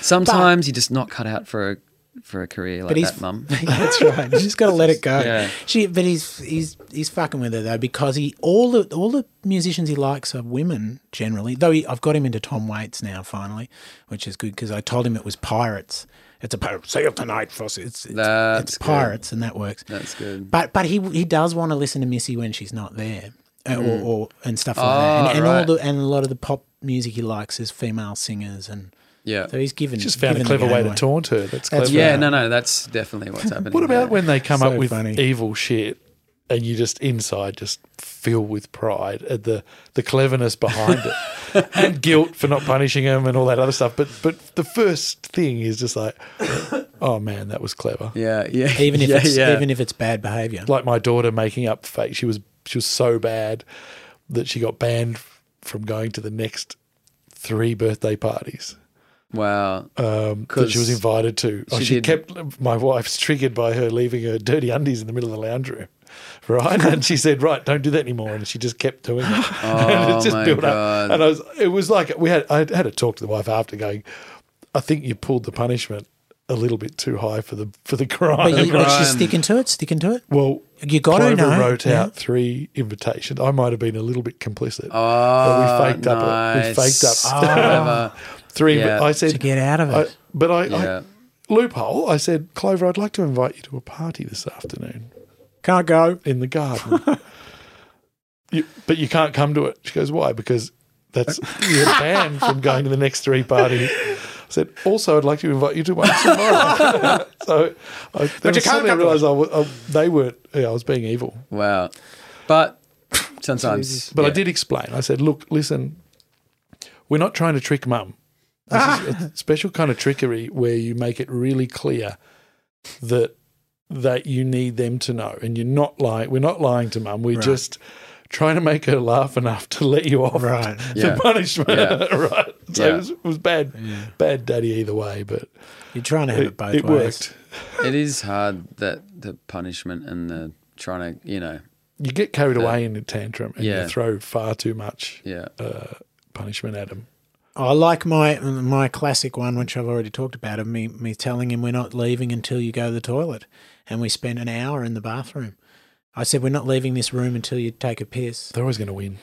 sometimes you're just not cut out for a for a career like that, mum. That's right. She's got to let it go. Yeah. She, but he's he's he's fucking with her though because he all the all the musicians he likes are women generally. Though he, I've got him into Tom Waits now finally, which is good because I told him it was pirates. It's a pirate sail tonight, Frosty. It's it's, That's it's good. pirates, and that works. That's good. But but he he does want to listen to Missy when she's not there, uh, or, or and stuff like Mm. Ah, that. And, and right. all the and a lot of the pop music he likes is female singers, and Yeah. so he's given Just found given a the clever game way to away. taunt her. That's That's clever. Yeah. No. No. That's definitely what's happening. What about there. when they come So up with funny. evil shit and you just inside just feel with pride at the, the cleverness behind it and guilt for not punishing them and all that other stuff. But but the first thing is just like, oh man, that was clever. Yeah. Yeah. Even if yeah, it's yeah. even if it's bad behavior. Like my daughter making up fake. She was she was so bad that she got banned from going to the next three birthday parties. wow. Uh, that she was invited to. Oh, she she did- kept my wife's triggered by her leaving her dirty undies in the middle of the lounge room. Right, and she said, "Right, don't do that anymore." And she just kept doing it, and Oh, my God. up. And I was, it was like we had. I had a talk to the wife after, going, "I think you pulled the punishment a little bit too high for the for the crime." But, you, but she's Brian. sticking to it, sticking to it. well, You gotta Clover know, wrote yeah. out three invitations. I might have been a little bit complicit, Oh, but we faked up. a- We faked up Ah. nice. Clever. three. Yeah. I said To get out of I, it. but I, Yeah. I loophole. I said, Clover, I'd like to invite you to a party this afternoon Can't go. in the garden. you, but you can't come to it. She goes, Why? Because that's you're banned from going to the next three party. I said, Also, I'd like to invite you to one tomorrow. so I then you can't suddenly come to realised I, wa- I, they weren't. Yeah, I was being evil. Wow. But sometimes. But I yeah. did explain. I said, look, listen, we're not trying to trick mum. This is a special kind of trickery where you make it really clear that that you need them to know, and you're not lying. We're not lying to mum. We're just trying to make her laugh enough to let you off Right. the Yeah. punishment. Yeah. right. So Yeah. it, was, it was bad, bad daddy either way, but You're trying to have it, it, both it ways. worked. It is hard that the punishment and the trying to, you know, You get carried away in a tantrum, and Yeah. you throw far too much yeah. uh, punishment at them. I like my my classic one, which I've already talked about, of me me telling him we're not leaving until you go to the toilet, and we spent an hour in the bathroom. I said we're not leaving this room until you take a piss. They're always going to win.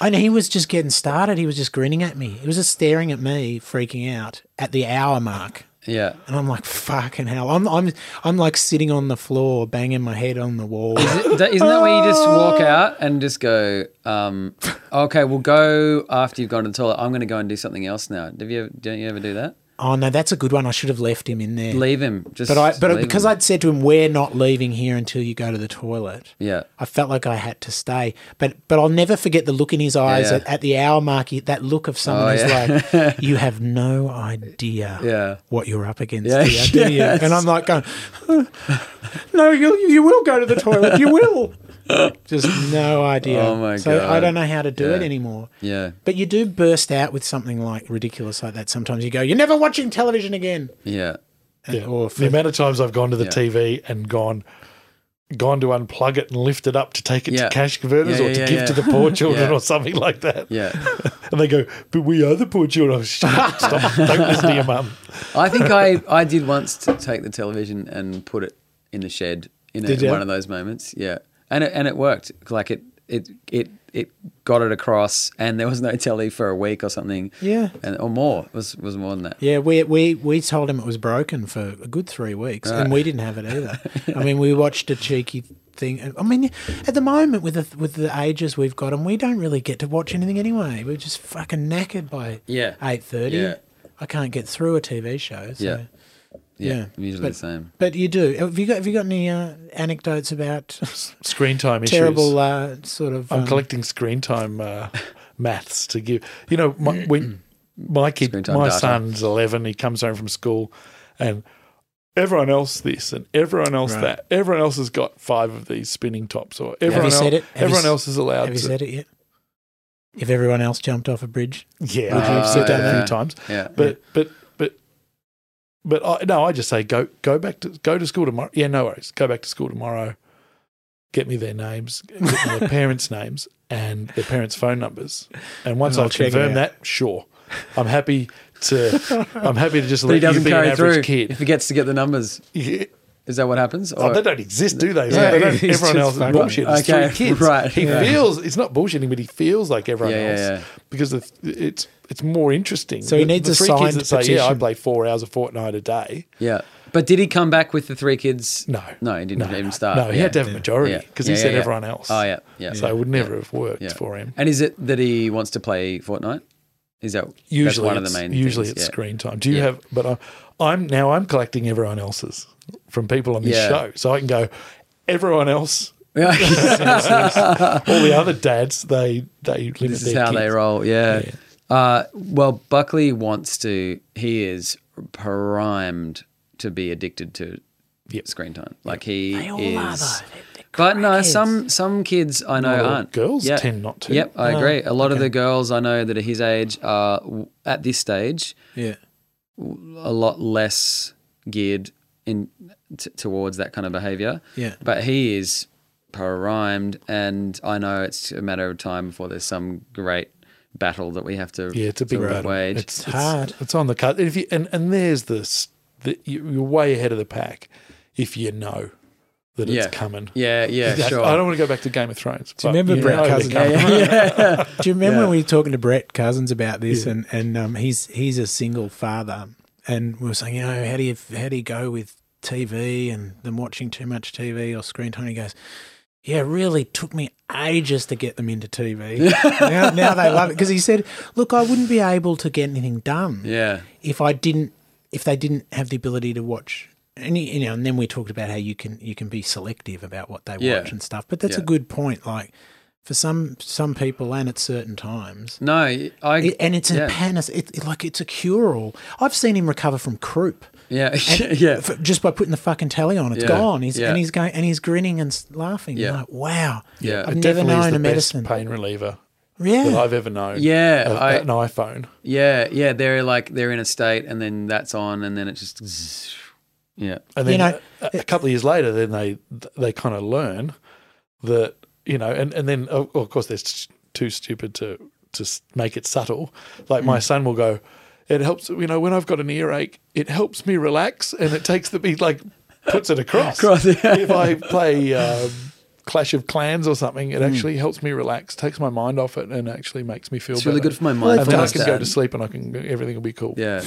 And he was just getting started. He was just grinning at me. He was just staring at me, freaking out at the hour mark. Yeah. And I'm like, fucking hell. I'm I'm I'm like sitting on the floor, banging my head on the wall. That- Isn't that where you just walk out and just go, um, okay, we'll go after you've gone to the toilet. I'm going to go and do something else now. Have you ever, don't you ever do that? oh no, that's a good one. I should have left him in there. Leave him. Just But I, but leave because him. I'd said to him, "We're not leaving here until you go to the toilet." Yeah. I felt like I had to stay. But but I'll never forget the look in his eyes Yeah. at, at the hour mark. he- That look of someone Oh, who's yeah. like, "You have no idea Yeah. what you're up against Yeah, here, do you?" yes. And I'm like, going, "No, you you will go to the toilet. You will." Just no idea. Oh, my so I God. don't know how to do it Yeah. anymore. Yeah. But you do burst out with something like ridiculous like that. Sometimes you go, "You're never watching television again," Yeah. Yeah. or the amount of times I've gone to the Yeah. TV and gone gone to unplug it and lift it up to take it Yeah. to cash converters Yeah, or yeah, to yeah, give to yeah. the poor children Yeah. or something like that. Yeah. And they go, but we are the poor children. Oh, Stop, stop, don't listen to your mum. I think I, I did once t- take the television and put it in the shed in a, Did ya? one of those moments. Yeah, and it, and it worked. Like it it it it got it across, and there was no telly for a week or something. Yeah. and or more it was was more than that. Yeah, we, we, we told him it was broken for a good three weeks, and we didn't have it either. I mean, we watched a cheeky thing. and- I mean, at the moment with the with the ages we've got 'em, we don't really get to watch anything anyway. We're just fucking knackered by Yeah. eight thirty. Yeah. I can't get through a TV show. So, Yeah. Yeah, yeah. I'm usually But- the same. But you do. Have you got Have you got any uh, anecdotes about Screen time issues. terrible uh, sort of? I'm um, collecting screen time uh, maths to give. You know, my, when my kid, Screen time my data. son's 11. He comes home from school, and everyone else this and everyone else Right. that. Everyone else has got five of these spinning tops, or everyone you else. said it? Have you everyone s- else is allowed. have you to, said it yet? If everyone else jumped off a bridge, Yeah, Would you have I've said said that a that? few times. Yeah, But but but but I, no, I just say go go back to go to school tomorrow. Yeah, no worries. Go back to school tomorrow. Get me their names, get me their parents' names, and their parents' phone numbers. And once And I'll I've check it confirmed out. that, sure, I'm happy to I'm happy to just but he let you doesn't be an carry average through. He kid. forgets to get the numbers. Yeah. Is that what happens? Oh, Or- they don't exist, do they? Yeah, They don't- he's just everyone else is fucking- bullshit. There's Okay, three kids. right, He yeah. feels it's not bullshitting, but he feels like everyone Yeah, else yeah, yeah. because the, it's it's more interesting. So he The- needs the a three signed kids that say, "Yeah, I petition." play four hours a fortnight a day." yeah, but did he come back with the three kids? No, no, he didn't even start. No, he yeah. had to have a majority Yeah. because Yeah, he yeah, said yeah. everyone else. Oh yeah, yeah. so it would never have worked Yeah. for him. And is it that he wants to play Fortnite? Is that that's Usually, one of the it's- main? usually things, it's yeah. screen time. Do you Yeah. have? But I'm, I'm now I'm collecting everyone else's from people on this Yeah. show, so I can go. Everyone else, Yeah. all the other dads, they they limit this is their how they kids. roll. Yeah. Uh, well, Buckley wants to. He is primed to be addicted to Yep. screen time. Like he they all are is. though. But no, some some kids I know Not all aren't. girls tend not to. Yep, I agree. A lot of the girls I know that are his age are w- at this stage Yeah. a lot less geared in t- towards that kind of behavior. Yeah. But he is primed, and I know it's a matter of time before there's some great battle that we have to Yeah, it's a big sort of battle. wage. It's, it's hard. It's on the cut. If you, and and there's this, the, you- you're way ahead of the pack if you know that yeah, it's coming. Yeah, yeah, That- sure. I don't want to go back to Game of Thrones. Do you remember but Brett know they're Cousins? coming. Do you remember when we were talking to Brett Cousins about this, and and um, he's he's a single father, and we were saying, you know, how do you how do you go with TV and them watching too much TV or screen time? He goes, yeah, it really took me ages to get them into TV. now, now they love it because he said, look, I wouldn't be able to get anything done yeah, if I didn't if they didn't have the ability to watch any you know, and then we talked about how you can you can be selective about what they Yeah. watch and stuff. But that's a Yeah. good point. Like for some some people and at certain times. no, I It, and it's a Mm. yeah, panacea. It, it- like it's a cure all. I've seen him recover from croup yeah, yeah, f- just by putting the fucking telly on. It's Yeah. gone. He's Yeah. and he's going and he's grinning and s- laughing. Yeah. Like wow. Yeah. I've It never definitely is known the a medicine. best pain reliever that Yeah. I've ever known. Yeah, of- I- an iPhone. yeah, yeah. They're like they're in a state, and then that's on, and then it just yeah, And then You know, a, a couple of years later, then they they kind of learn that you know, and and then of of course they're s- too stupid to to s- make it subtle. Like Hmm. my son will go, it helps. You know, when I've got an earache, it helps me relax, and it takes the he like puts it across. Across, yeah. If I play. Um, Clash of Clans or something, Hmm. it actually helps me relax, takes my mind off it, and actually makes me feel It's really better. good for my And then I mindfulness, can go Dad. to sleep, and I can everything will be cool. Yeah.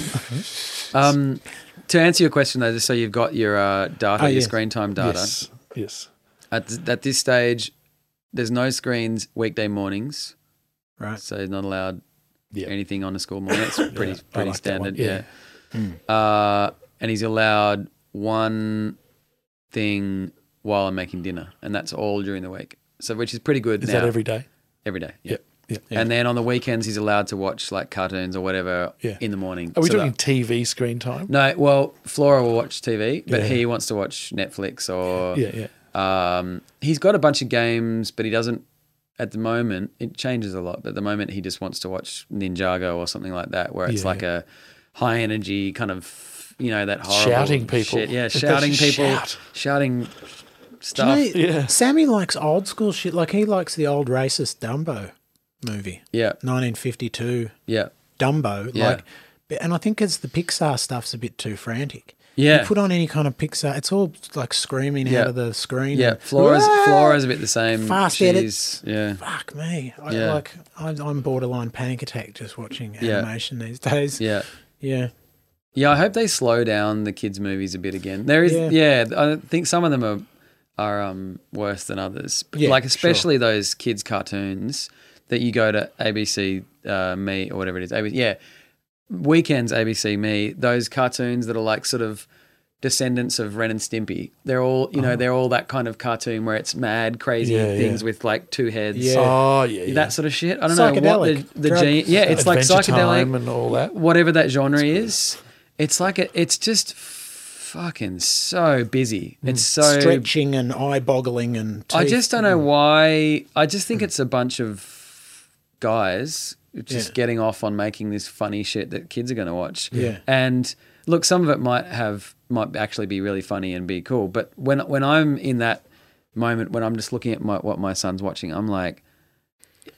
um, to answer your question, though, just so you've got your uh, data, Oh, your yes. screen time data. Yes, yes. At, th- at this stage, there's no screens weekday mornings, Right. so not allowed Yeah. anything on a school morning. It's pretty I pretty like that one. Hmm. standard. Yeah. Uh, and he's allowed one thing while I'm making dinner, and that's all during the week. So, which is pretty good. Is now. that every day? every day? Yeah. Yeah. yeah. And then on the weekends, he's allowed to watch like cartoons or whatever Yeah. in the morning. Are we So that- talking TV screen time? No, well, Flora will watch TV, but Yeah. he wants to watch Netflix or Yeah, yeah. um, he's got a bunch of games, but he doesn't at the moment. It changes a lot, but at the moment he just wants to watch Ninjago or something like that, where it's Yeah, like a high energy kind of you know that horrible Shouting people. shit. yeah, They shouting should people, shout. shouting Do you know, stuff, Yeah. Sammy likes old school shit. Like he likes the old racist Dumbo movie, yeah, 1952 yeah, Dumbo. Yeah. Like, but- and I think it's the Pixar stuff's a bit too frantic. Yeah. You put on any kind of Pixar, it's all like screaming Yeah. out of the screen. yeah. and, Flora's "Wah!" Flora's a bit the same. Fast She's- Yeah. Fuck me. I, Yeah. Like, I'm, I'm borderline panic attack just watching Yeah. animation these days. Yeah. Yeah. Yeah, I hope they slow down the kids' movies a bit again. There is, yeah, Yeah. I think some of them are are um, worse than others. But Yeah, like sure. especially those kids' cartoons that you go to ABC uh, Me or whatever it is. ABC, yeah, weekends ABC Me. Those cartoons that are like sort of descendants of Ren and Stimpy. They're all, you Uh-huh. know, they're all that kind of cartoon where it's mad, crazy Yeah, things yeah. with like two heads. Yeah. Oh yeah, yeah. That sort of shit. I don't know what Psychedelic, the, the drug- gene. Yeah, it's like Adventure psychedelic Time and all that. whatever that genre is, it's like a, it's just fucking so busy. It's so Stretching and eye boggling and. I teeth. just don't know why. I just think it's a bunch of guys just Yeah. getting off on making this funny shit that kids are going to watch. Yeah. And look, some of it might have might actually be really funny and be cool, but when when I'm in that moment when I'm just looking at my, what my son's watching, I'm like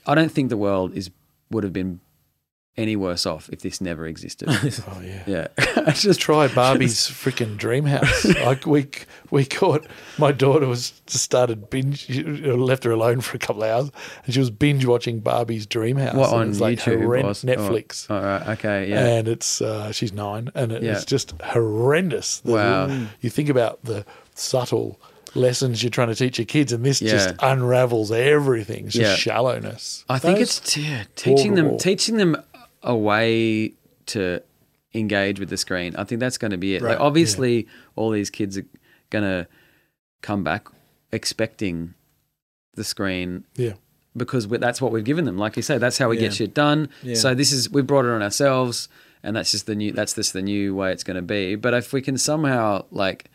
I don't think the world is would have been any worse off if this never existed. Oh yeah. yeah. I just Try Barbie's freaking dream house. Like we we caught my daughter was just started binge you know, left her alone for a couple of hours and she was binge watching Barbie's dream house. what and on it's like YouTube horrend- or s- or- Netflix. All right, okay, yeah. And it's uh, she's nine, and it's Yeah. just horrendous. The- Wow. You think about the subtle lessons you're trying to teach your kids, and this just Yeah. unravels everything. It's just Yeah. shallowness. I think Those- it's yeah, teaching them wall. teaching them a way to engage with the screen. I think that's going to be it. Right, Like yeah. obviously, all these kids are going to come back expecting the screen Yeah. because we, that's what we've given them. Like you say, that's how we get Yeah. shit done. Yeah. So this is we brought it on ourselves, and that's just the new that's just the new way it's going to be. But if we can somehow like,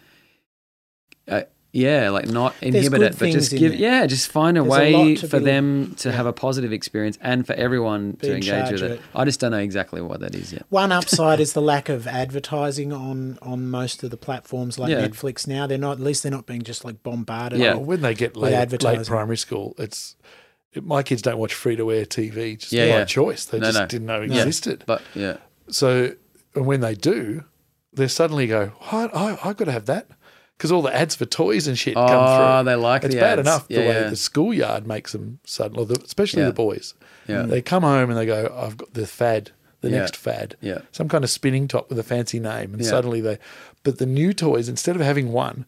uh, yeah, like not inhibit good it, but just things in give there. yeah, just find a There's a way lot to for be- them to have a positive experience and for everyone Be to in engage charge with of it. it. I just don't know exactly what that is yet. One upside is the lack of advertising on on most of the platforms like Yeah. Netflix now. They're not at least they're not being just like bombarded. Yeah. Well, when they get With late, advertising. late primary school, it's it, my kids don't watch free to air TV just Yeah, by yeah. choice. They No, just no. didn't know Yeah. existed. But yeah, So, and when they do, they suddenly go, I, I, I got to have that. Because all the ads for toys and shit Oh, come through. they like It's the bad ads. enough the Yeah, way yeah. the schoolyard makes them suddenly, or the, especially Yeah. the boys. Yeah. They come home and they go, I've got the fad, the Yeah. next fad. Yeah. Some kind of spinning top with a fancy name. And Yeah. suddenly they, but the new toys, instead of having one,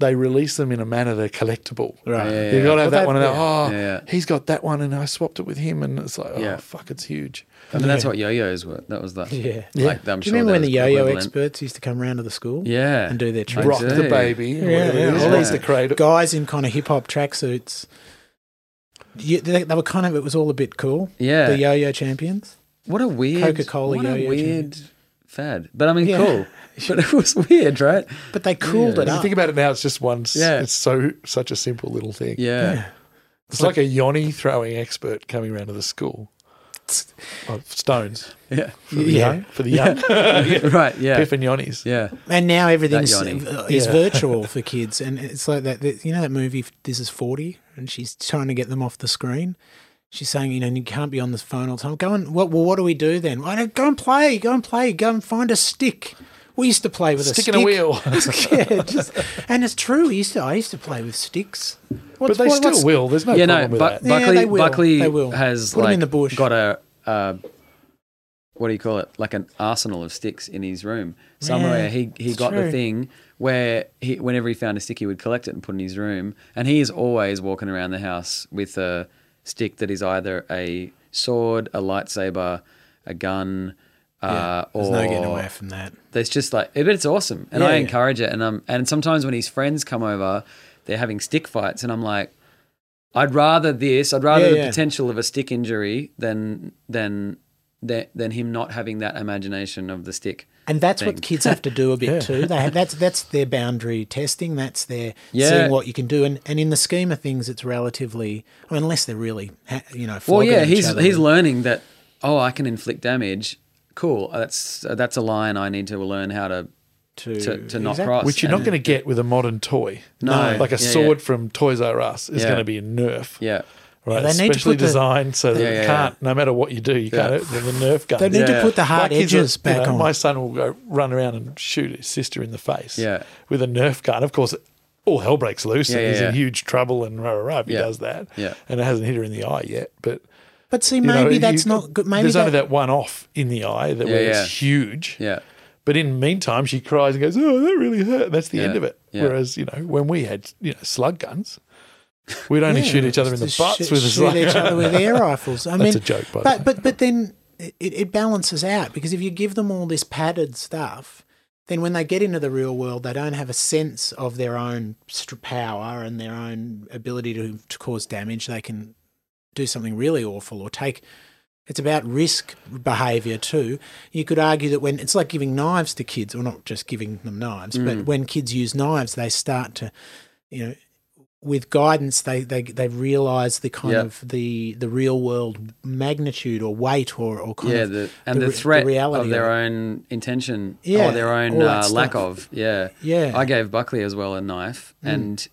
they release them in a manner they're collectible. Right. Yeah. You've got to have Well, that one. And that- they're, oh, Yeah, yeah. he's got that one, and I swapped it with him, and it's like, oh, Yeah. fuck, it's huge. I mean that's what yo-yos were. That was that. Yeah. Yeah. Like, I'm Do sure you that remember when the was yo-yo equivalent. experts used to come round to the school? Yeah. And do their I tricks. rock do. the baby. or Yeah, whatever it yeah. is. Yeah. Release the cradle. Guys in kind of hip hop tracksuits. You, they, they were kind of it was all a bit cool. Yeah. The yo-yo champions. What a weird Coca-Cola What a yo-yo weird fad. But I mean, Yeah. cool. But it was weird, right? But they cooled Yeah. it If up. you think about it now, it's just one. s- Yeah. It's so such a simple little thing. Yeah. It's like a yoni throwing expert coming around to the school. Of stones. Yeah. For the Yeah. young. For the young. right. Yeah. Piff and yonis. Yeah. And now everything's yawning. uh, is Yeah. virtual for kids, and it's like that. that- You know that movie, This Is Forty, and she's trying to get them off the screen. She's saying, you know, you can't be on the phone all the time. Go and what? Well, what do we do then? Well, go and play. Go and play. Go and find a stick. We used to play with a Stick stick and a wheel. yeah, just, and it's true. We used to. I used to play with sticks. But What's- they what- still what's- will. There's no yeah. No. problem with But that. Yeah, Buckley. they will. Buckley They will. has Put 'em like in the bush. got a. Uh, what do you call it? Like an arsenal of sticks in his room. Somewhere Yeah, he, he it's got the true. thing where he whenever he found a stick he would collect it and put it in his room. And he is always walking around the house with a stick that is either a sword, a lightsaber, a gun, uh, There's or no getting away from that. There's just like, but it's awesome, and Yeah, I yeah. encourage it. And um, and sometimes when his friends come over, they're having stick fights, and I'm like, I'd rather this. I'd rather Yeah, the yeah. potential of a stick injury than than than than him not having that imagination of the stick. And that's thing. what kids have to do a bit too. They have, that's that's their boundary testing. That's their Yeah. seeing what you can do. And and in the scheme of things, it's relatively. I mean, unless they're really, ha- you know, Well, flogging yeah, each he's other. he's learning that. Oh, I can inflict damage. Cool. Uh, That's that's a line I need to learn how to to, to, to not Exactly. cross. Which you're not And- going to get with a modern toy. No. Like a Yeah, yeah. sword from Toys R Us is Yeah. going to be a Nerf Yeah. or Right, they need to specially put the- designed so that Yeah, you yeah, can't. No matter what you do, you Yeah. can't. The Nerf gun. They need to Yeah. put the hard My kids edges are- you back know, on. My son will go run around and shoot his sister in the face. Yeah. With a Nerf gun. Of course, all hell breaks loose Yeah, and yeah, he's in yeah. huge trouble and rah rah rah if he Yeah. does that. Yeah. And it hasn't hit her in the eye yet. But but see, you know, maybe you- that's not good. Maybe there's that, only that one off in the eye that Yeah, was yeah. huge. Yeah. But in the meantime, she cries and goes, "Oh, that really hurt." And that's the Yeah, end of it. yeah. Whereas you know, when we had you know slug guns, we'd only Yeah, shoot each other in the just butts shoot- with a shoot slug. each other with air rifles. I That's mean, a joke, by the but way. but but then it, it balances out because if you give them all this padded stuff, then when they get into the real world, they don't have a sense of their own str- power and their own ability to to cause damage. They can do something really awful or take. It's about risk behaviour too. You could argue that when it's like giving knives to kids, or not just giving them knives, Mm. but when kids use knives, they start to, you know, with guidance they they they realize the kind Yeah. of the the real world magnitude or weight or or kind Yeah, of the, and the, re- threat of reality their it. own intention Yeah, or their own all that uh, lack stuff. of. Yeah. Yeah. Mm. I gave Buckley as well a knife, and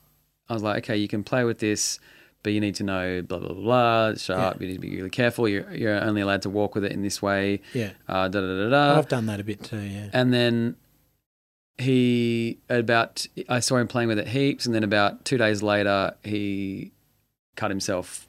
I was like, okay, you can play with this, but you need to know blah blah blah. blah it's sharp. You need to be really careful. You're you're only allowed to walk with it in this way. Yeah. Uh, da da da da. I've done that a bit too yeah and then he about I saw him playing with it heaps, and then about two days later he cut himself,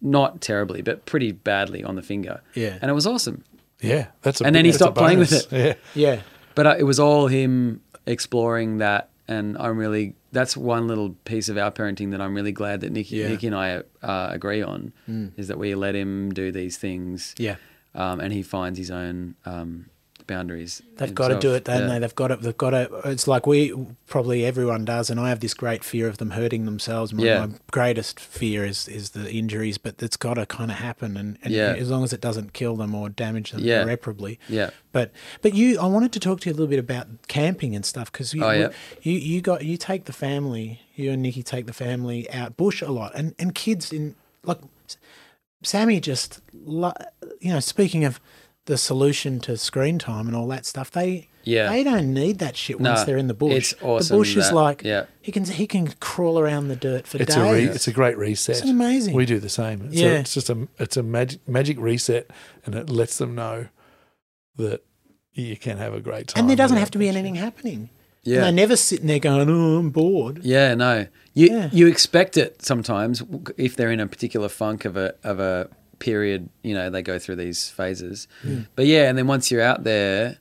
not terribly, but pretty badly on the finger, yeah and it was awesome. Yeah, that's a And then he that's a stopped playing with bonus. Yeah, yeah But uh, it was all him exploring that, and I'm really that's one little piece of our parenting that I'm really glad that Nikki, Yeah. Mm. Nikki and I uh, agree on is that we let him do these things, yeah um, and he finds his own um, boundaries. They've got to do it, himself. don't they? They've got to. They've got to. It's like we probably everyone does, and I have this great fear of them hurting themselves. My, Yeah. my greatest fear is is the injuries, but it's got to kind of happen, and, and Yeah. as long as it doesn't kill them or damage them Yeah. irreparably. Yeah. But but you, I wanted to talk to you a little bit about camping and stuff because you, Oh, yeah. you you got you take the family, you and Nikki take the family out bush a lot, and and kids in like Sammy just, lo- you know, speaking of the solution to screen time and all that stuff, they Yeah. they don't need that shit once No, they're in the bush. it's awesome The bush is that- like yeah. he can he can crawl around the dirt for it's days. a re, it's a great reset. It's amazing. We do the same. It's, Yeah. a, it's just a it's a magic magic reset, and it lets them know that you can have a great time. and there doesn't without have to be issues. anything happening. Yeah. And they're never sitting there going, "Oh, I'm bored." Yeah, no. You Yeah. you expect it sometimes if they're in a particular funk of a of a period, you know, they go through these phases. But yeah, and then once you're out there,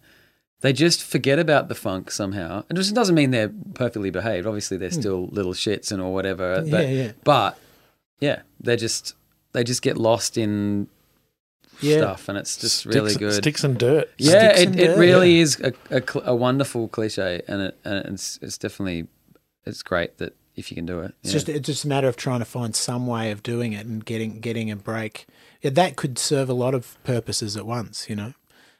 they just forget about the funk somehow. It just doesn't mean they're perfectly behaved. Obviously, they're still little shits and or whatever. Hmm. Yeah, but, yeah. But yeah, they just they just get lost in Yeah. stuff, and it's just Sticks- really good. Sticks and dirt. Yeah, Sticks it, and it dirt. really is a, a, cl- a wonderful cliche, and it and it's it's definitely it's great that if you can do it. It's yeah. just it's just a matter of trying to find some way of doing it and getting getting a break. Yeah, that could serve a lot of purposes at once, you know,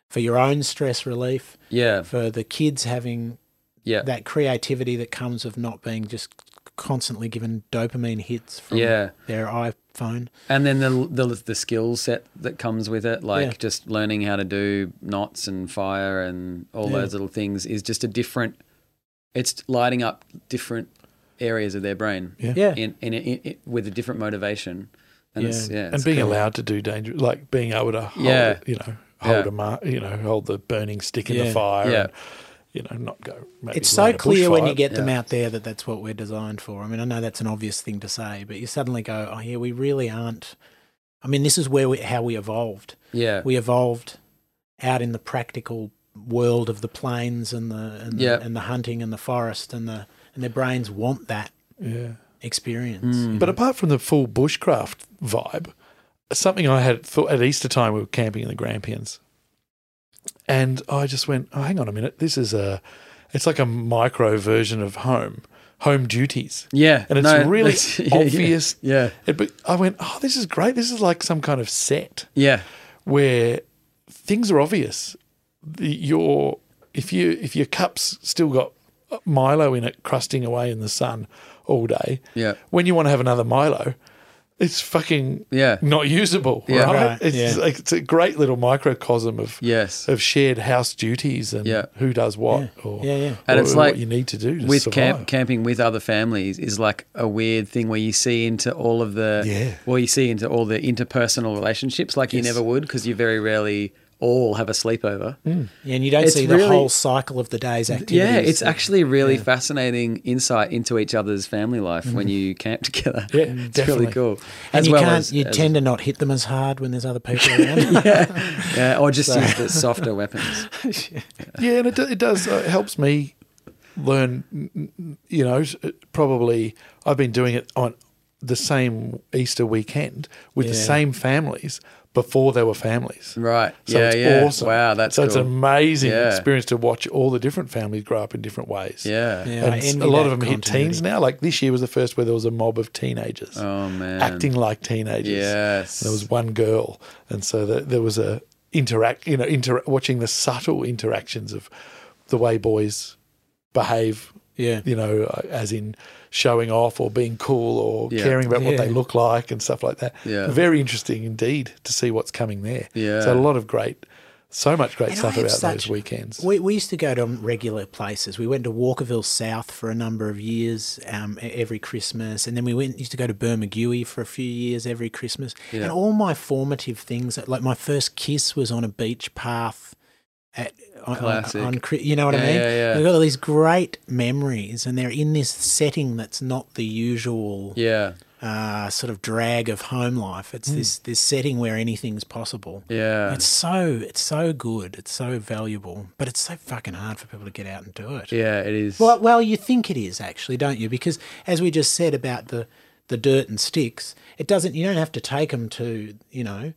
for your own stress relief, yeah, for the kids having yeah, that creativity that comes of not being just constantly given dopamine hits from Yeah. their iPhone. and then the, the the skill set that comes with it, like Yeah. just learning how to do knots and fire and all Yeah. those little things, is just a different. It's lighting up different areas of their brain, Yeah. Yeah. in, in, in, in with a different motivation, and it's, Yeah. yeah, and it's being cool. allowed to do danger, like being able to hold, Yeah. you know, hold Yeah. a mar- you know, hold the burning stick in Yeah. the fire, Yeah. and, you know, not go. Maybe it's so light a clear when you bushfire. get them Yeah. out there that that's what we're designed for. I mean, I know that's an obvious thing to say, but you suddenly go, "Oh yeah, we really aren't." I mean, this is where we how we evolved. yeah, We evolved out in the practical world of the plains and the and the, Yeah. and the hunting and the forest and the and their brains want that Yeah. experience. Mm. you But Mm-hmm. know? apart from the full bushcraft vibe, something I had thought at Easter time we were camping in the Grampians, and I just went, "Oh, hang on a minute, this is a, it's like a micro version of home, home duties." yeah, and it's no, really that's- yeah, yeah, obvious. yeah, It, but I went, "Oh, this is great. This is like some kind of set." yeah. where things are obvious. The, your if you if your cup's still got Milo in it, crusting away in the sun all day. Yeah. When you want to have another Milo, it's fucking Yeah. not usable, Yeah. right? Right, It's yeah. like it's a great little microcosm of Yes. of shared house duties and Yeah. who does what, or Yeah, yeah. And or it's what like you need to do to with survive. camp, camping with other families is like a weird thing where you see into all of the Yeah. well you see into all the interpersonal relationships like you never would because you very rarely all have a sleepover. Mm. Yeah, and you don't It's see really- the whole cycle of the day's activities. Yeah, it's actually really fascinating insight into each other's family life when you camp together. Mm-hmm. Yeah, it's definitely. really cool. and you can't as- you as- tend to not hit them as hard when there's other people around. yeah, or just use the softer weapons. Yeah, and it, do- it does. uh, It helps me learn, n- n- you know, s- uh, probably I've been doing it on the same Easter weekend with the Yeah. same families before there were families. Right. So yeah. it's yeah. awesome. Wow. That's so cool. it's an amazing Yeah. experience to watch all the different families grow up in different ways. Yeah. Yeah. And I s- envy a lot that of them hit continuity. teens now. Like this year was the first where there was a mob of teenagers Oh man. acting like teenagers. Yes. There was one girl, and so the, there was a interact. You know, inter- watching the subtle interactions of the way boys behave. Yeah. You know, uh, as in showing off or being cool or Yeah. caring about what they Yeah. look like and stuff like that. Yeah. Very interesting indeed to see what's coming there. Yeah. So a lot of great, so much great And I stuff have about such- those weekends. we, we used to go to regular places. We went to Walkerville South for a number of years um, e- every Christmas, and then we went used to go to Bermagui for a few years every Christmas. And all my formative things, like my first kiss, was on a beach path. At, on, Classic. on, Chri- you know what Yeah, I mean? yeah, yeah. We've got all these great memories, and they're in this setting that's not the usual Yeah. uh, sort of drag of home life. Hmm. It's this this setting where anything's possible. Yeah. It's so it's so good. It's so valuable, but it's so fucking hard for people to get out and do it. yeah. It is. Well, well, you think it is actually, don't you? Because as we just said about the the dirt and sticks, it doesn't. You don't have to take them to you know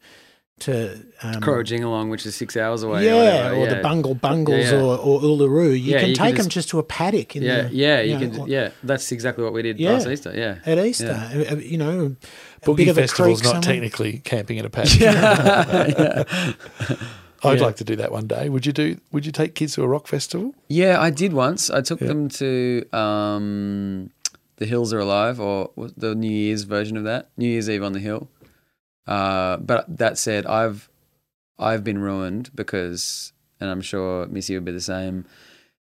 to um, Crow Jingalong, which is six hours away. or, yeah, whatever, or yeah. the bungle bungles Yeah, yeah. or or Uluru. You Yeah, can you take can 'em take them just- just to a paddock. In Yeah, the, yeah, you know, can. or- yeah, that's exactly what we did Yeah. last Easter. Yeah, At Easter, Yeah. uh, uh, you know, a bit Boogie of a festival's creek not somewhere. technically camping in a patch. I'd like to do that one day. Would you do? Would you take kids to a rock festival? Yeah, I did once. I took them to um, the Hills Are Alive, or was the New Year's version of that, New Year's Eve on the Hill. Uh, but that said, I've I've been ruined because, and I'm sure Missy would be the same.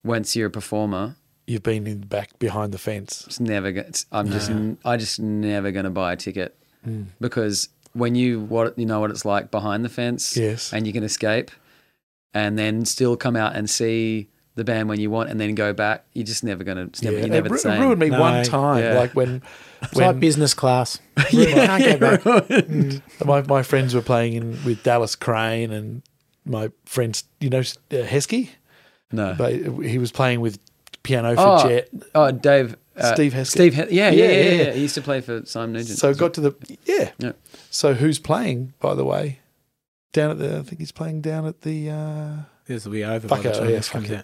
Once you're a performer, You've been in the back behind the fence. it's never. go- It's, I'm just. I just never going to buy a ticket Hmm. because when you what you know what it's like behind the fence, Yes. and you can escape, and then still come out and see the band when you want, and then go back. You're just never going to. It's never, Yeah. You're never it, the ru- same. ruined me No, one time. yeah. Like when, It's like when business class. yeah, can't go back. my, my friends were playing in with Dallas Crane and my friends, you know, S- uh, Heskey, No. but he was playing with piano for oh, Jet. oh, Dave. uh, Steve Heskett. Steve. He- yeah, yeah, Yeah, yeah, yeah, yeah. He used to play for Simon Nugent. So got to the yeah. Yeah. So who's playing? By the way, down at the I think he's playing down at the. Uh, This will be over. by Fuck the it, time yeah, this fuck comes it, out.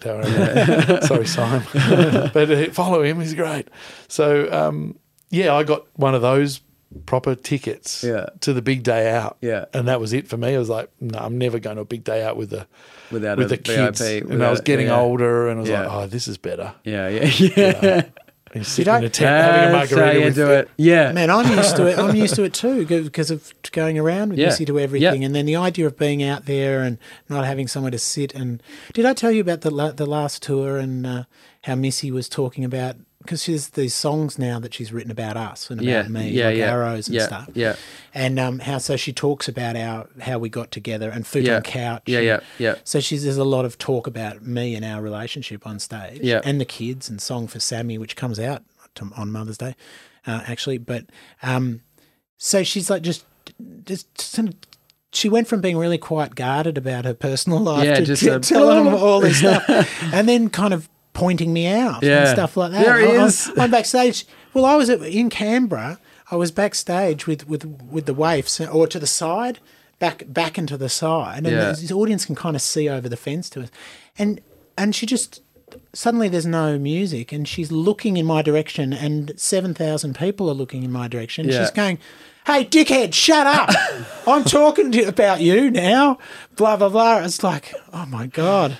don't worry. Sorry, Simon. but uh, follow him, he's great. So, um, yeah, I got one of those proper tickets Yeah. to the big day out. Yeah. And that was it for me. I was like, no, I'm never going to a big day out with the, without with a the kids. VIP, and I was without- getting yeah. older and I was Yeah. like, oh, this is better. Yeah, yeah, yeah. And sitting in a tent having Ah, a That's how margarita you with do it. Yeah, Man, I'm used to it. I'm used to it too because of going around with Yeah. Missy to Yeah. everything, and then the idea of being out there and not having somewhere to sit. And did I tell you about the la- the last tour and uh, how Missy was talking about because she's these songs now that she's written about us and about yeah, me, yeah, like yeah. arrows and yeah, stuff. Yeah, And um, how so she talks about our how we got together and food Yeah. on couch. Yeah, and- yeah, yeah. So she's there's a lot of talk about me and our relationship on stage. Yeah. And the kids and song for Sammy, which comes out to, on Mother's Day, uh, actually. But um, so she's like just just sort of- she went from being really quite guarded about her personal life Yeah, to just t- a- telling them all this stuff, and then kind of pointing me out and Yeah. stuff like that. There he I- I- is. I'm backstage. Well, I was at, in Canberra. I was backstage with with with the waifs, uh, or to the side, back back into the side, and Yeah. this audience can kind of see over the fence to us, and and she just suddenly there's no music, and she's looking in my direction, and seven thousand people are looking in my direction. Yeah. She's going. Hey, dickhead, shut up! I'm talking to, about you now. Blah blah blah. It's like, oh my god.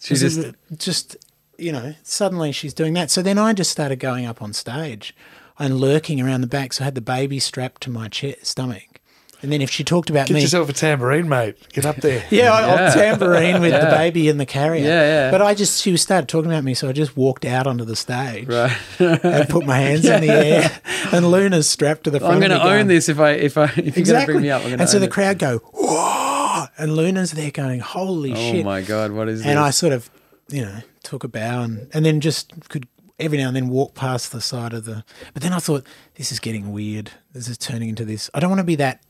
She This just- is- just you know suddenly she's doing that so then i just started going up on stage i and lurking around the back. So I had the baby strapped to my che- stomach. And then if she talked about Get me, yourself a tambourine, mate. Get up there. yeah, I- Yeah. I'll tambourine with the Yeah. baby in the carrier. Yeah, yeah. But I just, she was started talking about me, so I just walked out onto the stage Right. and put my hands in the air. And Luna's strapped to the front. I'm going to own this if I if I if you're going to Exactly. bring me up. I'm gonna and so own the it. crowd go, whoa! And Luna's there going, holy Oh shit. my god, what is this? and I sort of, you know, took a bow and, and then just could every now and then walk past the side of the. But then I thought, this is getting weird. This is turning into this. I don't want to be that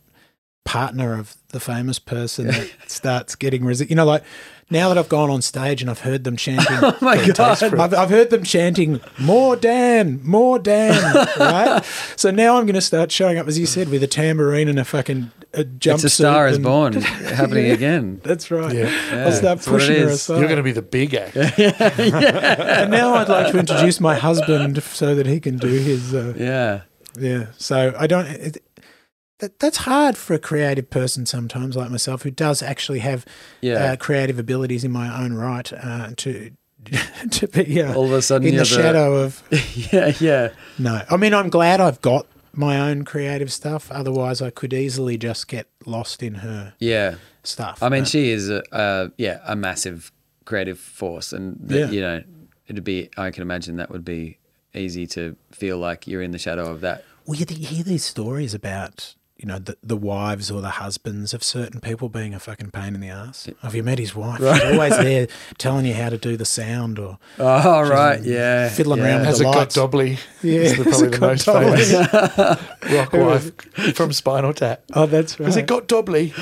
partner of the famous person that starts getting resi- you know like now that I've gone on stage and I've heard them chanting oh my God. I've, I've heard them chanting more Dan more Dan right so now I'm going to start showing up as you said with a tambourine and a fucking a jumpsuit it's a star is and- born happening again. that's right Yeah. I'll start that's what it pushing her is. aside You're going to be the big act. and now I'd like to introduce my husband so that he can do his. Uh, Yeah. yeah. So I don't. It, that, that's hard for a creative person sometimes, like myself, who does actually have Yeah. uh, creative abilities in my own right uh, to to be uh, All of a sudden in you're the the- shadow of. yeah, yeah. No, I mean I'm glad I've got my own creative stuff. Otherwise, I could easily just get lost in her Yeah. stuff. I mean, Uh, she is a, a yeah a massive creative force, and the, Yeah. you know, it'd be I can imagine that would be easy to feel like you're in the shadow of that. Well, you, you hear these stories about you know the, the wives or the husbands of certain people being a fucking pain in the ass. Have you met his wife? She's always there telling you how to do the sound or Oh right, yeah, fiddling yeah. around with Has the it got lights. Dobley? Yeah, It's the, has it probably the got most Dobley? famous rock wife from Spinal Tap. oh, that's right. Has it got Dobley?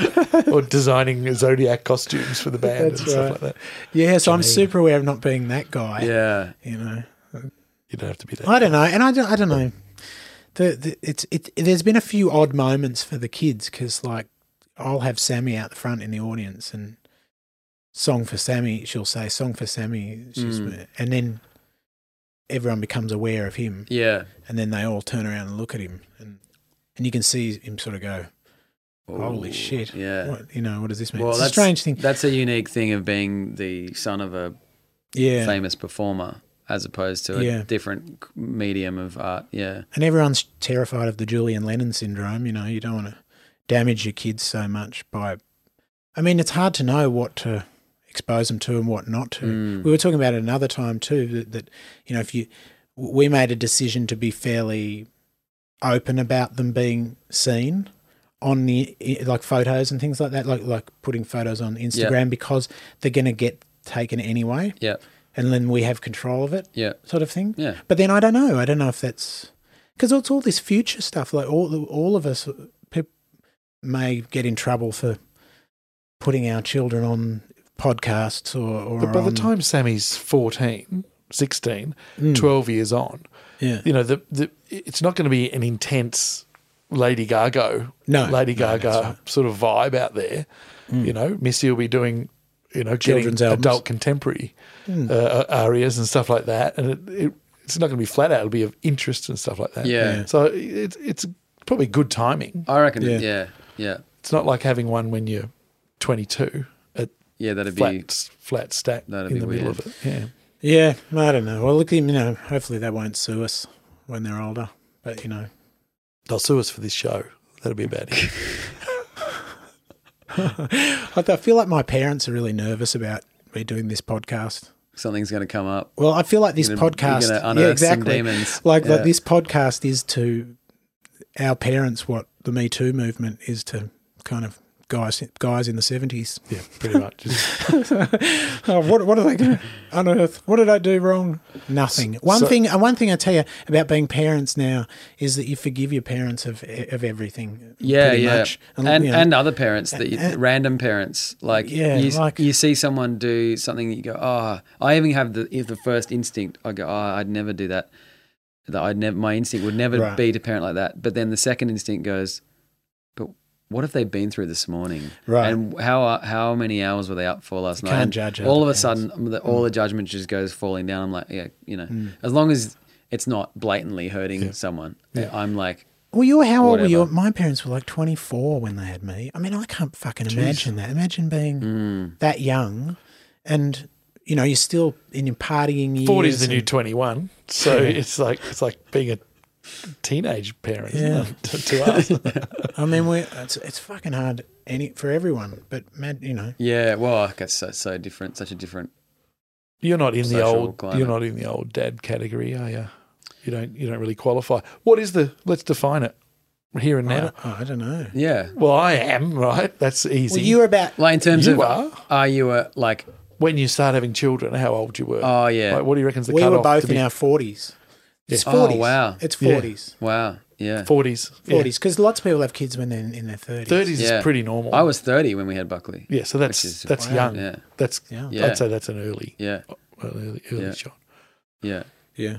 or designing zodiac costumes for the band That's and stuff right. like that. yeah, so I'm super aware of not being that guy. Yeah, you know. You don't have to be that. I don't know, and I don't, I don't know. The, the it's it. There's been a few odd moments for the kids because like I'll have Sammy out the front in the audience and song for Sammy. She'll say song for Sammy, she's, Mm. and then everyone becomes aware of him, yeah. and then they all turn around and look at him, and and you can see him sort of go, "Holy Ooh, shit! Yeah. what, you know what does this mean?" Well, it's a that's strange thing. That's a unique thing of being the son of a Yeah, famous performer, as opposed to a Yeah. different medium of art. Yeah, and everyone's terrified of the Julian Lennon syndrome. You know, you don't want to damage your kids so much by. I mean, it's hard to know what to expose them to and what not to. We were talking about it another time too that, that you know if you we made a decision to be fairly open about them being seen on the like photos and things like that, like like putting photos on Instagram because they're going to get taken anyway, yeah, and then we have control of it yeah, sort of thing. Yeah. But then I don't know. I don't know if that's because it's all this future stuff. Like all all of us pe- may get in trouble for putting our children on podcasts or, or But by the on- time Sammy's 14, 16, Mm. 12 years on, yeah you know, the, the it's not going to be an intense Lady Gaga, No, Lady no, that's Gaga sort of vibe out there. You know, Missy will be doing, you know, getting Children's albums. adult contemporary uh, arias and stuff like that, and it, it it's not going to be flat out. It'll be of interest and stuff like that. Yeah. Yeah. So it's it's probably good timing. I reckon. Yeah. Yeah, yeah, yeah. It's not like having one when you're 22 at that'd flat be flat stack in the that'd be middle weird. of it. Yeah. yeah. I don't know. Well, look, you know, hopefully they won't sue us when they're older. But you know, They'll sue us for this show. That'll be about it. I, I feel like my parents are really nervous about me doing this podcast. something's going to come up. Well, I feel like this You're gonna- you're podcast, gonna yeah, unearth some exactly. demons. Like, Yeah. like this podcast is to our parents what the Me Too movement is to kind of guys guys in the seventies. Yeah, pretty much. Just- Oh, what what are they going to unearth? What did I do wrong? Nothing. One so- thing. uh, One thing I tell you about being parents now is that you forgive your parents of of everything. Yeah, pretty yeah, much. and you and, know, other parents that you, random parents like Yeah, you, like- you see someone do something that you go oh I even have the if the first instinct I go oh I'd never do that that I'd never my instinct would never Right. be to parent like that but then the second instinct goes but what have they been through this morning Right. and how how many hours were they up for last night can't And judge all of other Mm. a sudden the, all the judgment just goes falling down I'm like yeah you know as long as it's not blatantly hurting someone I'm like Well, you were how old were you? Whatever. My parents were like 24 when they had me. I mean, I can't fucking imagine that. Imagine being that young and, you know, you're still in your partying years. 40 is the and- new 21. So it's like it's like being a teenage parent, Yeah. isn't it? To, to us. I mean, we it's it's fucking hard any for everyone, but mad, you know, Yeah, well, I guess that's so different, such a different. You're not in the Social old. climate. You're not in the old dad category, are you? You don't. You don't really qualify. What is the? Let's define it here and I now. don't, oh, I don't know. Yeah, Well, I am right. That's easy. Well, you were about like in terms You of are? are you a like? when you start having children, how old you were? Oh yeah, Like, what do you reckon's the we cutoff? were both to in be our forties. It's Yeah. Oh, forties. wow. It's Yeah. forties. wow, yeah. forties? Forties, because lots of people have kids when they're in, in their thirties. Thirties Yeah. is pretty normal. I was thirty when we had Buckley. Yeah, so that's is- that's wow. young. Yeah. That's Yeah. Yeah. I'd say that's an early, yeah, well, early, early Yeah. shot. yeah, Yeah,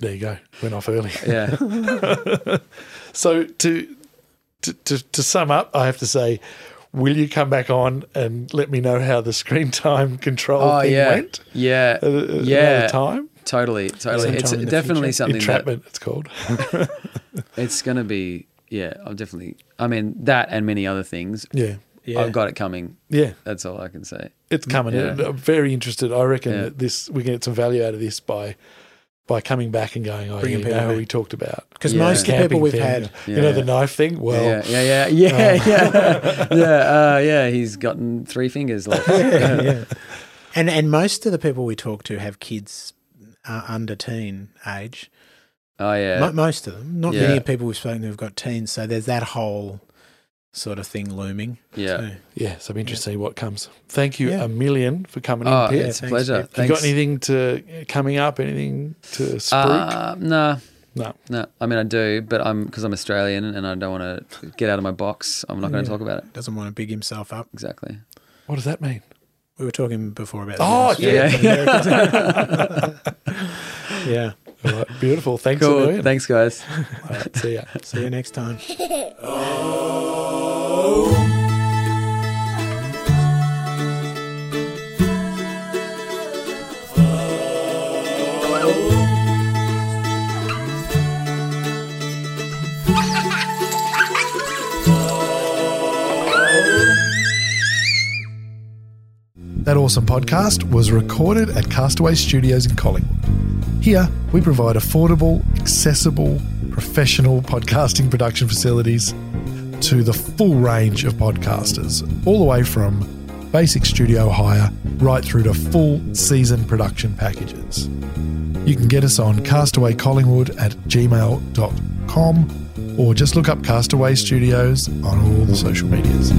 There you go. Went off early. yeah. So to, to to to sum up, I have to say, will you come back on and let me know how the screen time control oh thing yeah, went? yeah, Uh, uh, yeah. another time Totally, totally. Sometime It's in the definitely future. something that entrapment. it's called. it's going to be. Yeah, I'm definitely. I mean that and many other things. yeah, yeah. I've got it coming. yeah, That's all I can say. it's coming. Yeah. And I'm very interested. I reckon Yeah. that this we can get some value out of this by by coming back and going. Oh, Bringing you people know, back. we talked about because Yeah. most of the people camping we've thing. had, You know, Yeah. the knife thing. Well, yeah, yeah, yeah, yeah, yeah, yeah. Uh, yeah, he's gotten three fingers left. and and most of the people we talk to have kids uh, under teen age. Oh yeah, Mo- most of them, not Yeah. many people we've spoken to have got teens. So there's that whole sort of thing looming. yeah. too. yeah. So I'm interested to see what comes. Thank you Yeah. a million for coming Oh, in, Pip. it's a thanks, pleasure. Pip. You Thanks. got anything to coming up? Anything to spruik? Uh, nah, no. nah. I mean, I do, but I'm because I'm Australian and I don't want to get out of my box. I'm not going to talk about it. Doesn't want to big himself up. Exactly. What does that mean? We were talking before about. Oh, the- Yeah. yeah. All right, beautiful. Thanks a cool. million. Thanks, guys. All right, see ya. See you next time. That Awesome Podcast was recorded at Castaway Studios in Collingwood. Here, we provide affordable, accessible, professional podcasting production facilities to the full range of podcasters, all the way from basic studio hire right through to full season production packages. You can get us on castawaycollingwood at gmail.com or just look up Castaway Studios on all the social medias.